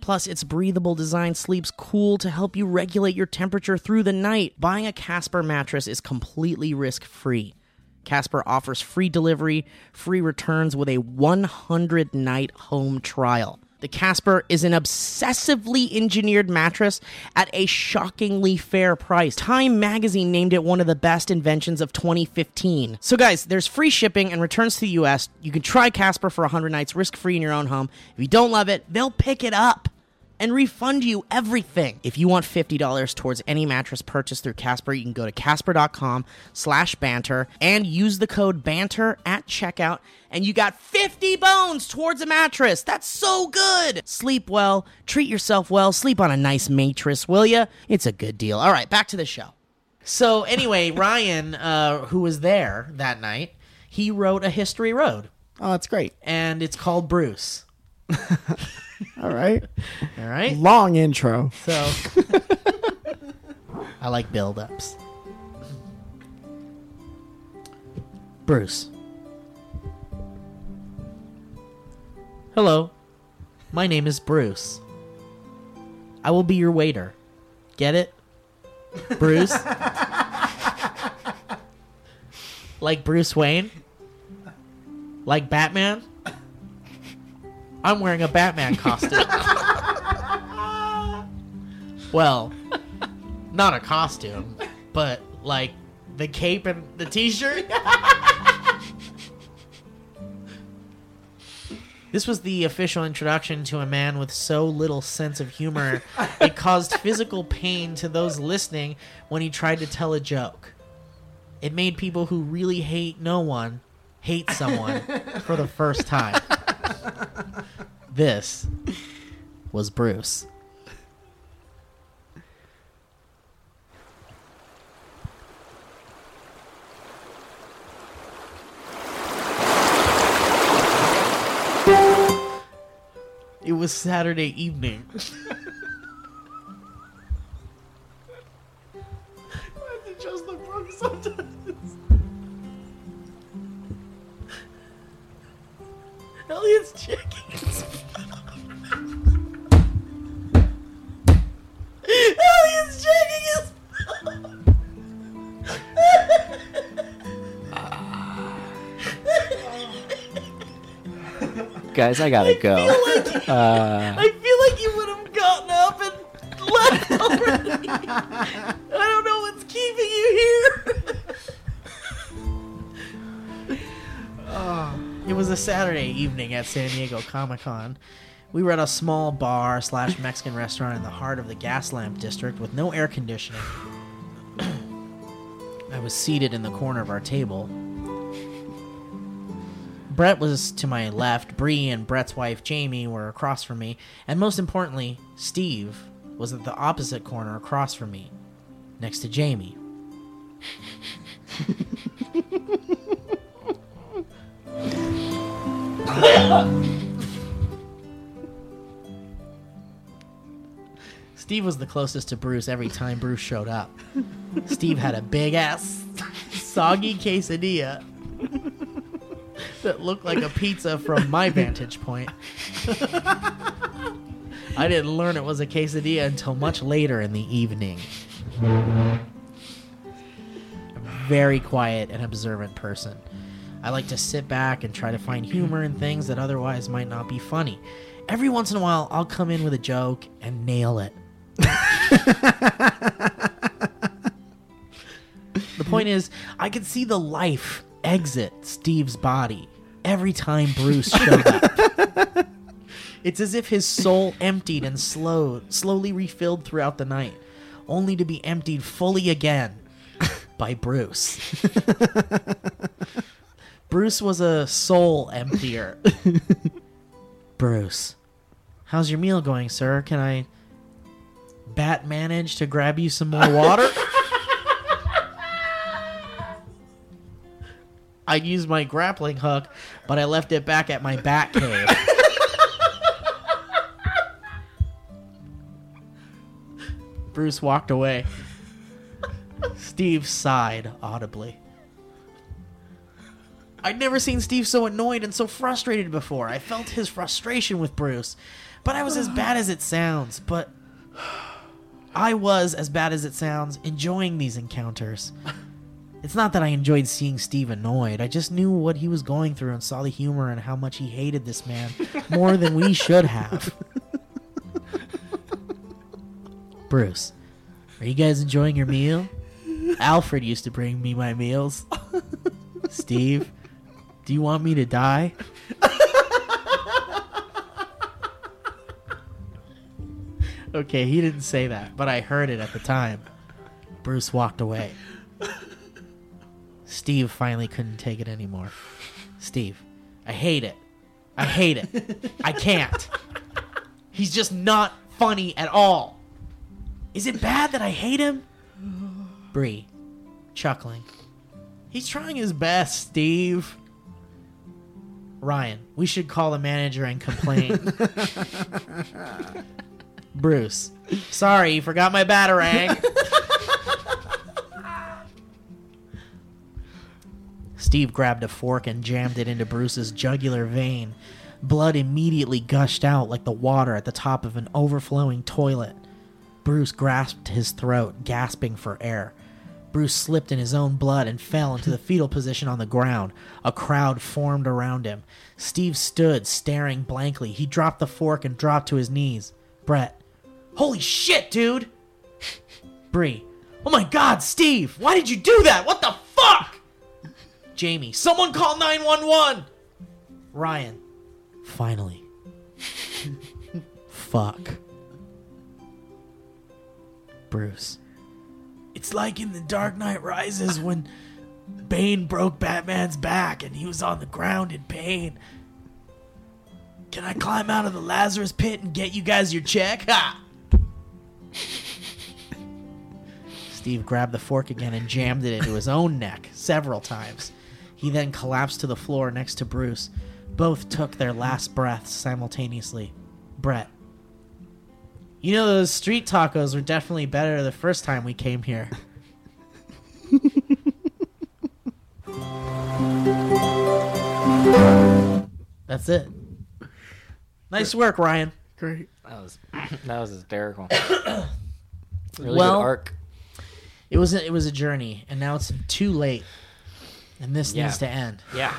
B: Plus, its breathable design sleeps cool to help you regulate your temperature through the night. Buying a Casper mattress is completely risk free. Casper offers free delivery, free returns with a 100 night home trial. The Casper is an obsessively engineered mattress at a shockingly fair price. Time magazine named it one of the best inventions of 2015. So, guys, there's free shipping and returns to the US. You can try Casper for 100 nights risk free in your own home. If you don't love it, they'll pick it up and refund you everything. If you want $50 towards any mattress purchase through Casper, you can go to casper.com slash banter and use the code banter at checkout and you got 50 bones towards a mattress. That's so good. Sleep well, treat yourself well, sleep on a nice mattress, will ya? It's a good deal. All right, back to the show. So anyway, Ryan, uh, who was there that night, he wrote a history road
C: Oh, that's great.
B: and it's called Bruce.
C: All right.
B: All right.
C: Long intro.
B: So (laughs) I like build ups. Bruce. Hello. My name is Bruce. I will be your waiter. Get it? Bruce? (laughs) like Bruce Wayne? Like Batman? I'm wearing a Batman costume. Well, not a costume, but like the cape and the t-shirt. this was the official introduction to a man with so little sense of humor it caused physical pain to those listening when he tried to tell a joke. It made people who really hate no one hate someone for the first time. This was Bruce. It was Saturday (laughs) evening. Elliot's checking his (laughs) Elliot's checking his (laughs)
D: Guys, I gotta go.
B: I feel like you would have gotten up and left (laughs) already. I don't know what's keeping you here. (laughs) It was a Saturday evening at San Diego Comic Con. We were at a small bar slash Mexican restaurant in the heart of the gas lamp district with no air conditioning. (clears throat) I was seated in the corner of our table. Brett was to my left. Bree and Brett's wife Jamie were across from me, and most importantly, Steve was at the opposite corner across from me, next to Jamie. Steve was the closest to Bruce every time Bruce showed up. Steve had a big ass, soggy quesadilla that looked like a pizza from my vantage point. I didn't learn it was a quesadilla until much later in the evening. I'm a very quiet and observant person. I like to sit back and try to find humor in things that otherwise might not be funny. Every once in a while, I'll come in with a joke and nail it. The point is, I could see the life exit Steve's body every time Bruce showed up. it's as if his soul emptied and slow, slowly refilled throughout the night, only to be emptied fully again by Bruce. Bruce was a soul emptier. Bruce, how's your meal going, sir? Can I bat manage to grab you some more water? I used my grappling hook, but I left it back at my bat cave. Bruce walked away. Steve sighed audibly. I'd never seen Steve so annoyed and so frustrated before. I felt his frustration with Bruce, but I was as bad as it sounds. But I was, as bad as it sounds, enjoying these encounters. It's not that I enjoyed seeing Steve annoyed. I just knew what he was going through and saw the humor and how much he hated this man more than we should have. (laughs) Bruce, are you guys enjoying your meal? Alfred used to bring me my meals. Steve, do you want me to die? okay, he didn't say that, but I heard it at the time. Bruce walked away. Steve finally couldn't take it anymore. Steve, I hate it. I hate it. I can't. He's just not funny at all. Is it bad that I hate him? Bree, chuckling. He's trying his best, Steve. Ryan, we should call the manager and complain. Bruce, sorry, forgot my batarang. Steve grabbed a fork and jammed it into Bruce's jugular vein. Blood immediately gushed out like the water at the top of an overflowing toilet. Bruce grasped his throat, gasping for air. Bruce slipped in his own blood and fell into the fetal position on the ground. A crowd formed around him. Steve stood, staring blankly. He dropped the fork and dropped to his knees. Brett, holy shit, dude! (laughs) Bree, oh my god, Steve, why did you do that? What the fuck? Jamie, someone call 911! Ryan, finally. (laughs) fuck. Bruce. It's like in The Dark Knight Rises when Bane broke Batman's back and he was on the ground in pain. Can I climb out of the Lazarus pit and get you guys your check? Ha! Steve grabbed the fork again and jammed it into his own neck several times. He then collapsed to the floor next to Bruce. Both took their last breaths simultaneously. Brett, you know, those street tacos were definitely better the first time we came here. That's it. Nice work, Ryan.
C: Great.
D: That was that was
B: (coughs)
D: hysterical. really
B: Well-
D: good arc.
B: It was a, it was a journey, and now it's too late, and this
D: Yeah.
B: needs to end.
D: Yeah.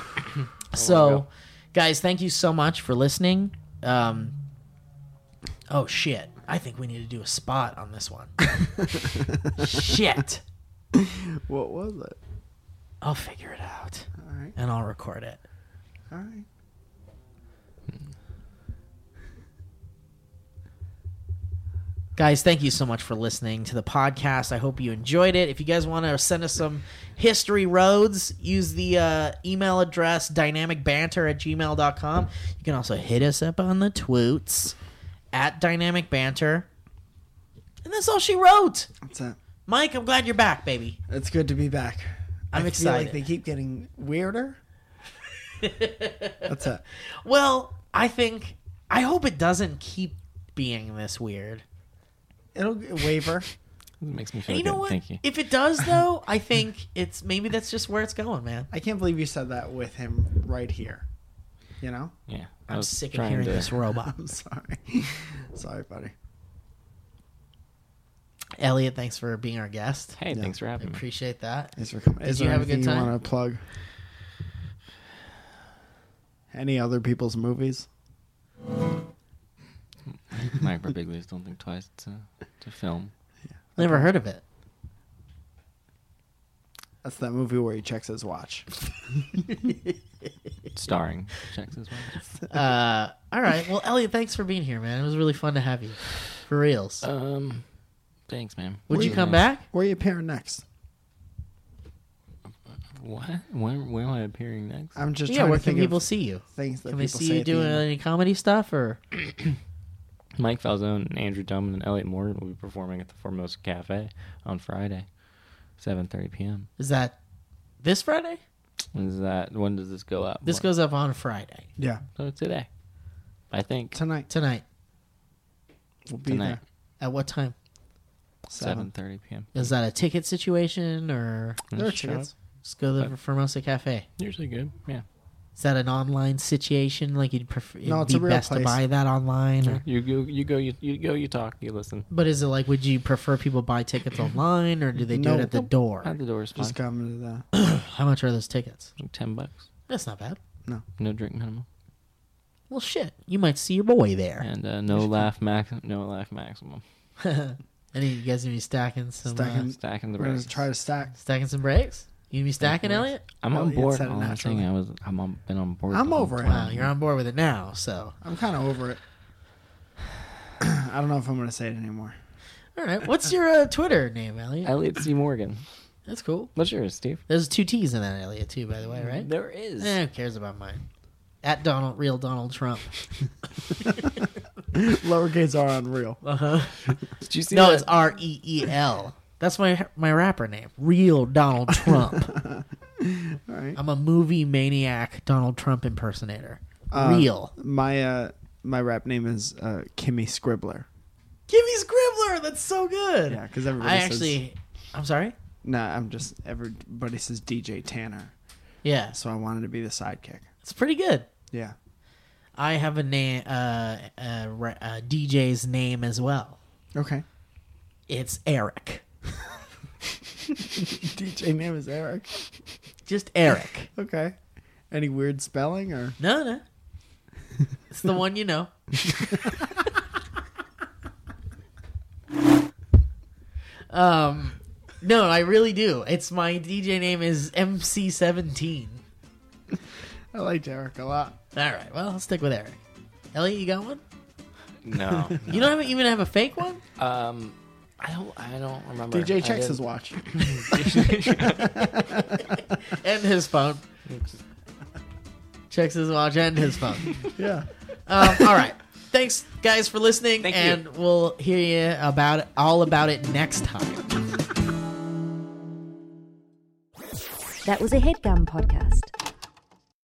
B: So, guys, thank you so much for listening. Um, oh shit, I think we need to do a spot on this one. shit,
C: What was it?
B: I'll figure it out,
C: All right.
B: and I'll record it.
C: All right.
B: Guys, thank you so much for listening to the podcast. I hope you enjoyed it. If you guys want to send us some history roads, use the uh, email address dynamicbanter at gmail.com. You can also hit us up on the tweets at dynamicbanter. And that's all she wrote.
C: That's it.
B: Mike, I'm glad you're back, baby.
C: It's good to be back.
B: I'm
C: I Feel
B: excited.
C: like they keep getting weirder. That's it.
B: Well, I think, I hope it doesn't keep being this weird.
C: It'll waver.
D: It makes me feel
B: And you
D: good.
B: know what?
D: Thank you.
B: If it does, though, I think it's maybe that's just where it's going, man.
C: I can't believe you said that with him right here. You know? (laughs)
D: Yeah. I
B: I'm
D: was
B: sick of
D: trying
B: hearing
D: to-
B: this robot.
C: I'm sorry. sorry, buddy.
B: Elliot, thanks for being our guest.
D: Hey, thanks for
B: I
D: having me.
E: (laughs)
B: appreciate that.
C: Thanks for coming. Is
B: you
C: there
B: have a good
C: anything you
B: time?
C: want to plug? Any other people's movies?
D: Micro Big Leagues, don't think twice.
B: (laughs)
D: It's a, it's a film.
B: Never heard of it.
C: That's that movie where he checks his watch.
E: starring. Checks as well.
B: (laughs) Uh, all right. Well, Elliot, thanks for being here, man. It was really fun to have you. For reals.
E: Um, thanks, man.
B: Would you come back?
C: Where are you appearing next?
E: What? Where, where am I appearing next?
C: I'm just
B: Yeah,
C: trying
B: where
C: to think
B: can people
C: of
B: see you?
C: things that
B: Can
C: people
B: they see
C: say
B: you
C: at the
B: doing
C: end.
B: any comedy stuff or
E: Mike Falzone, and Andrew Duman, and Elliot Morgan will be performing at the Formosa Cafe on Friday, 7:30 p.m.
B: is that this Friday?
E: Is that when does this go up?
B: This goes up on Friday
C: Yeah,
E: so today, I think.
C: tonight
B: tonight.
C: we'll be
E: Tonight.
C: there.
B: At what time?
C: Seven.
E: 7:30 p.m.
B: Is that a ticket situation or
C: There are
E: Show up.
C: tickets.
B: just go to the Formosa Cafe?
E: Usually good. Yeah.
B: Is that an online situation? Like you'd prefer? It'd
C: No, it's
B: be
C: a real
B: best to
C: place.
B: buy that online. Or,
E: You go. You go. You, you go. You talk. You listen.
B: but is it like? Would you prefer people buy tickets
C: (clears throat)
B: online or do they do
C: No.
B: it at the door?
E: Out the door is fine.
C: Just come to the.
B: How much are those tickets?
E: Like Ten bucks.
B: That's not bad.
E: No drink minimum.
B: Well, shit, you might see your boy there.
E: And uh, no laugh max. No laugh maximum.
B: (laughs) Any of you guys gonna be stacking some stacking,
C: Stacking-
B: uh,
E: Stacking the
C: We're gonna
E: rest.
C: try to stack.
B: stacking some breaks? You gonna be stacking, Elliot?
E: I'm on
C: Elliot
E: board.
C: said it
E: Oh, I
C: naturally.
E: think I was. I'm on, been on board.
C: I'm
E: the whole
C: over it.
E: time.
B: Wow, you're on board with it now. So,
C: I'm kind of over it. (clears throat) I don't know if I'm gonna say it anymore. (laughs)
B: all right, what's your uh, Twitter name, Elliot?
E: Elliot C. Morgan.
B: That's cool.
E: What's yours, Steve?
B: There's two T's in that Elliot too, by the way, right?
E: There is.
B: Eh, who cares about mine? At Donald, real Donald Trump. (laughs)
C: Lowercase r unreal.
B: Uh huh.
E: Did you see
B: No,
E: that?
B: it's R E E L. That's my my rapper name, real Donald Trump. (laughs)
C: right.
B: I'm a movie maniac, Donald Trump impersonator.
C: Uh,
B: real.
C: My uh, my rap name is uh, Kimmy Scribbler.
B: Gimme Scribbler. That's so good.
C: Yeah, because everybody
B: I
C: says.
B: actually, I'm sorry.
C: Nah, I'm just everybody says DJ Tanner,
B: Yeah,
C: so I wanted to be the sidekick.
B: it's pretty good.
C: Yeah.
B: I have a name, uh, a, re- a DJ's name as well.
C: Okay. (laughs)
B: It's Eric.
C: DJ name is Eric.
B: Just Eric.
C: Okay. Any weird spelling or?
B: No, no. It's the one you know. um, no, I really do. It's my DJ name is MC17.
C: I liked Eric a lot.
B: All right, well, I'll stick with Eric. Elliot, you got one?
E: no.
B: You don't have, even have a fake one?
E: (laughs) Um, I don't. I don't remember. I
C: DJ checks
E: didn't-
C: his watch.
B: and his phone. Checks his watch and his phone.
C: (laughs) yeah.
B: Um, all right. Thanks, guys, for listening, and we'll hear you about it, all about it next time.
A: That was a headgum podcast.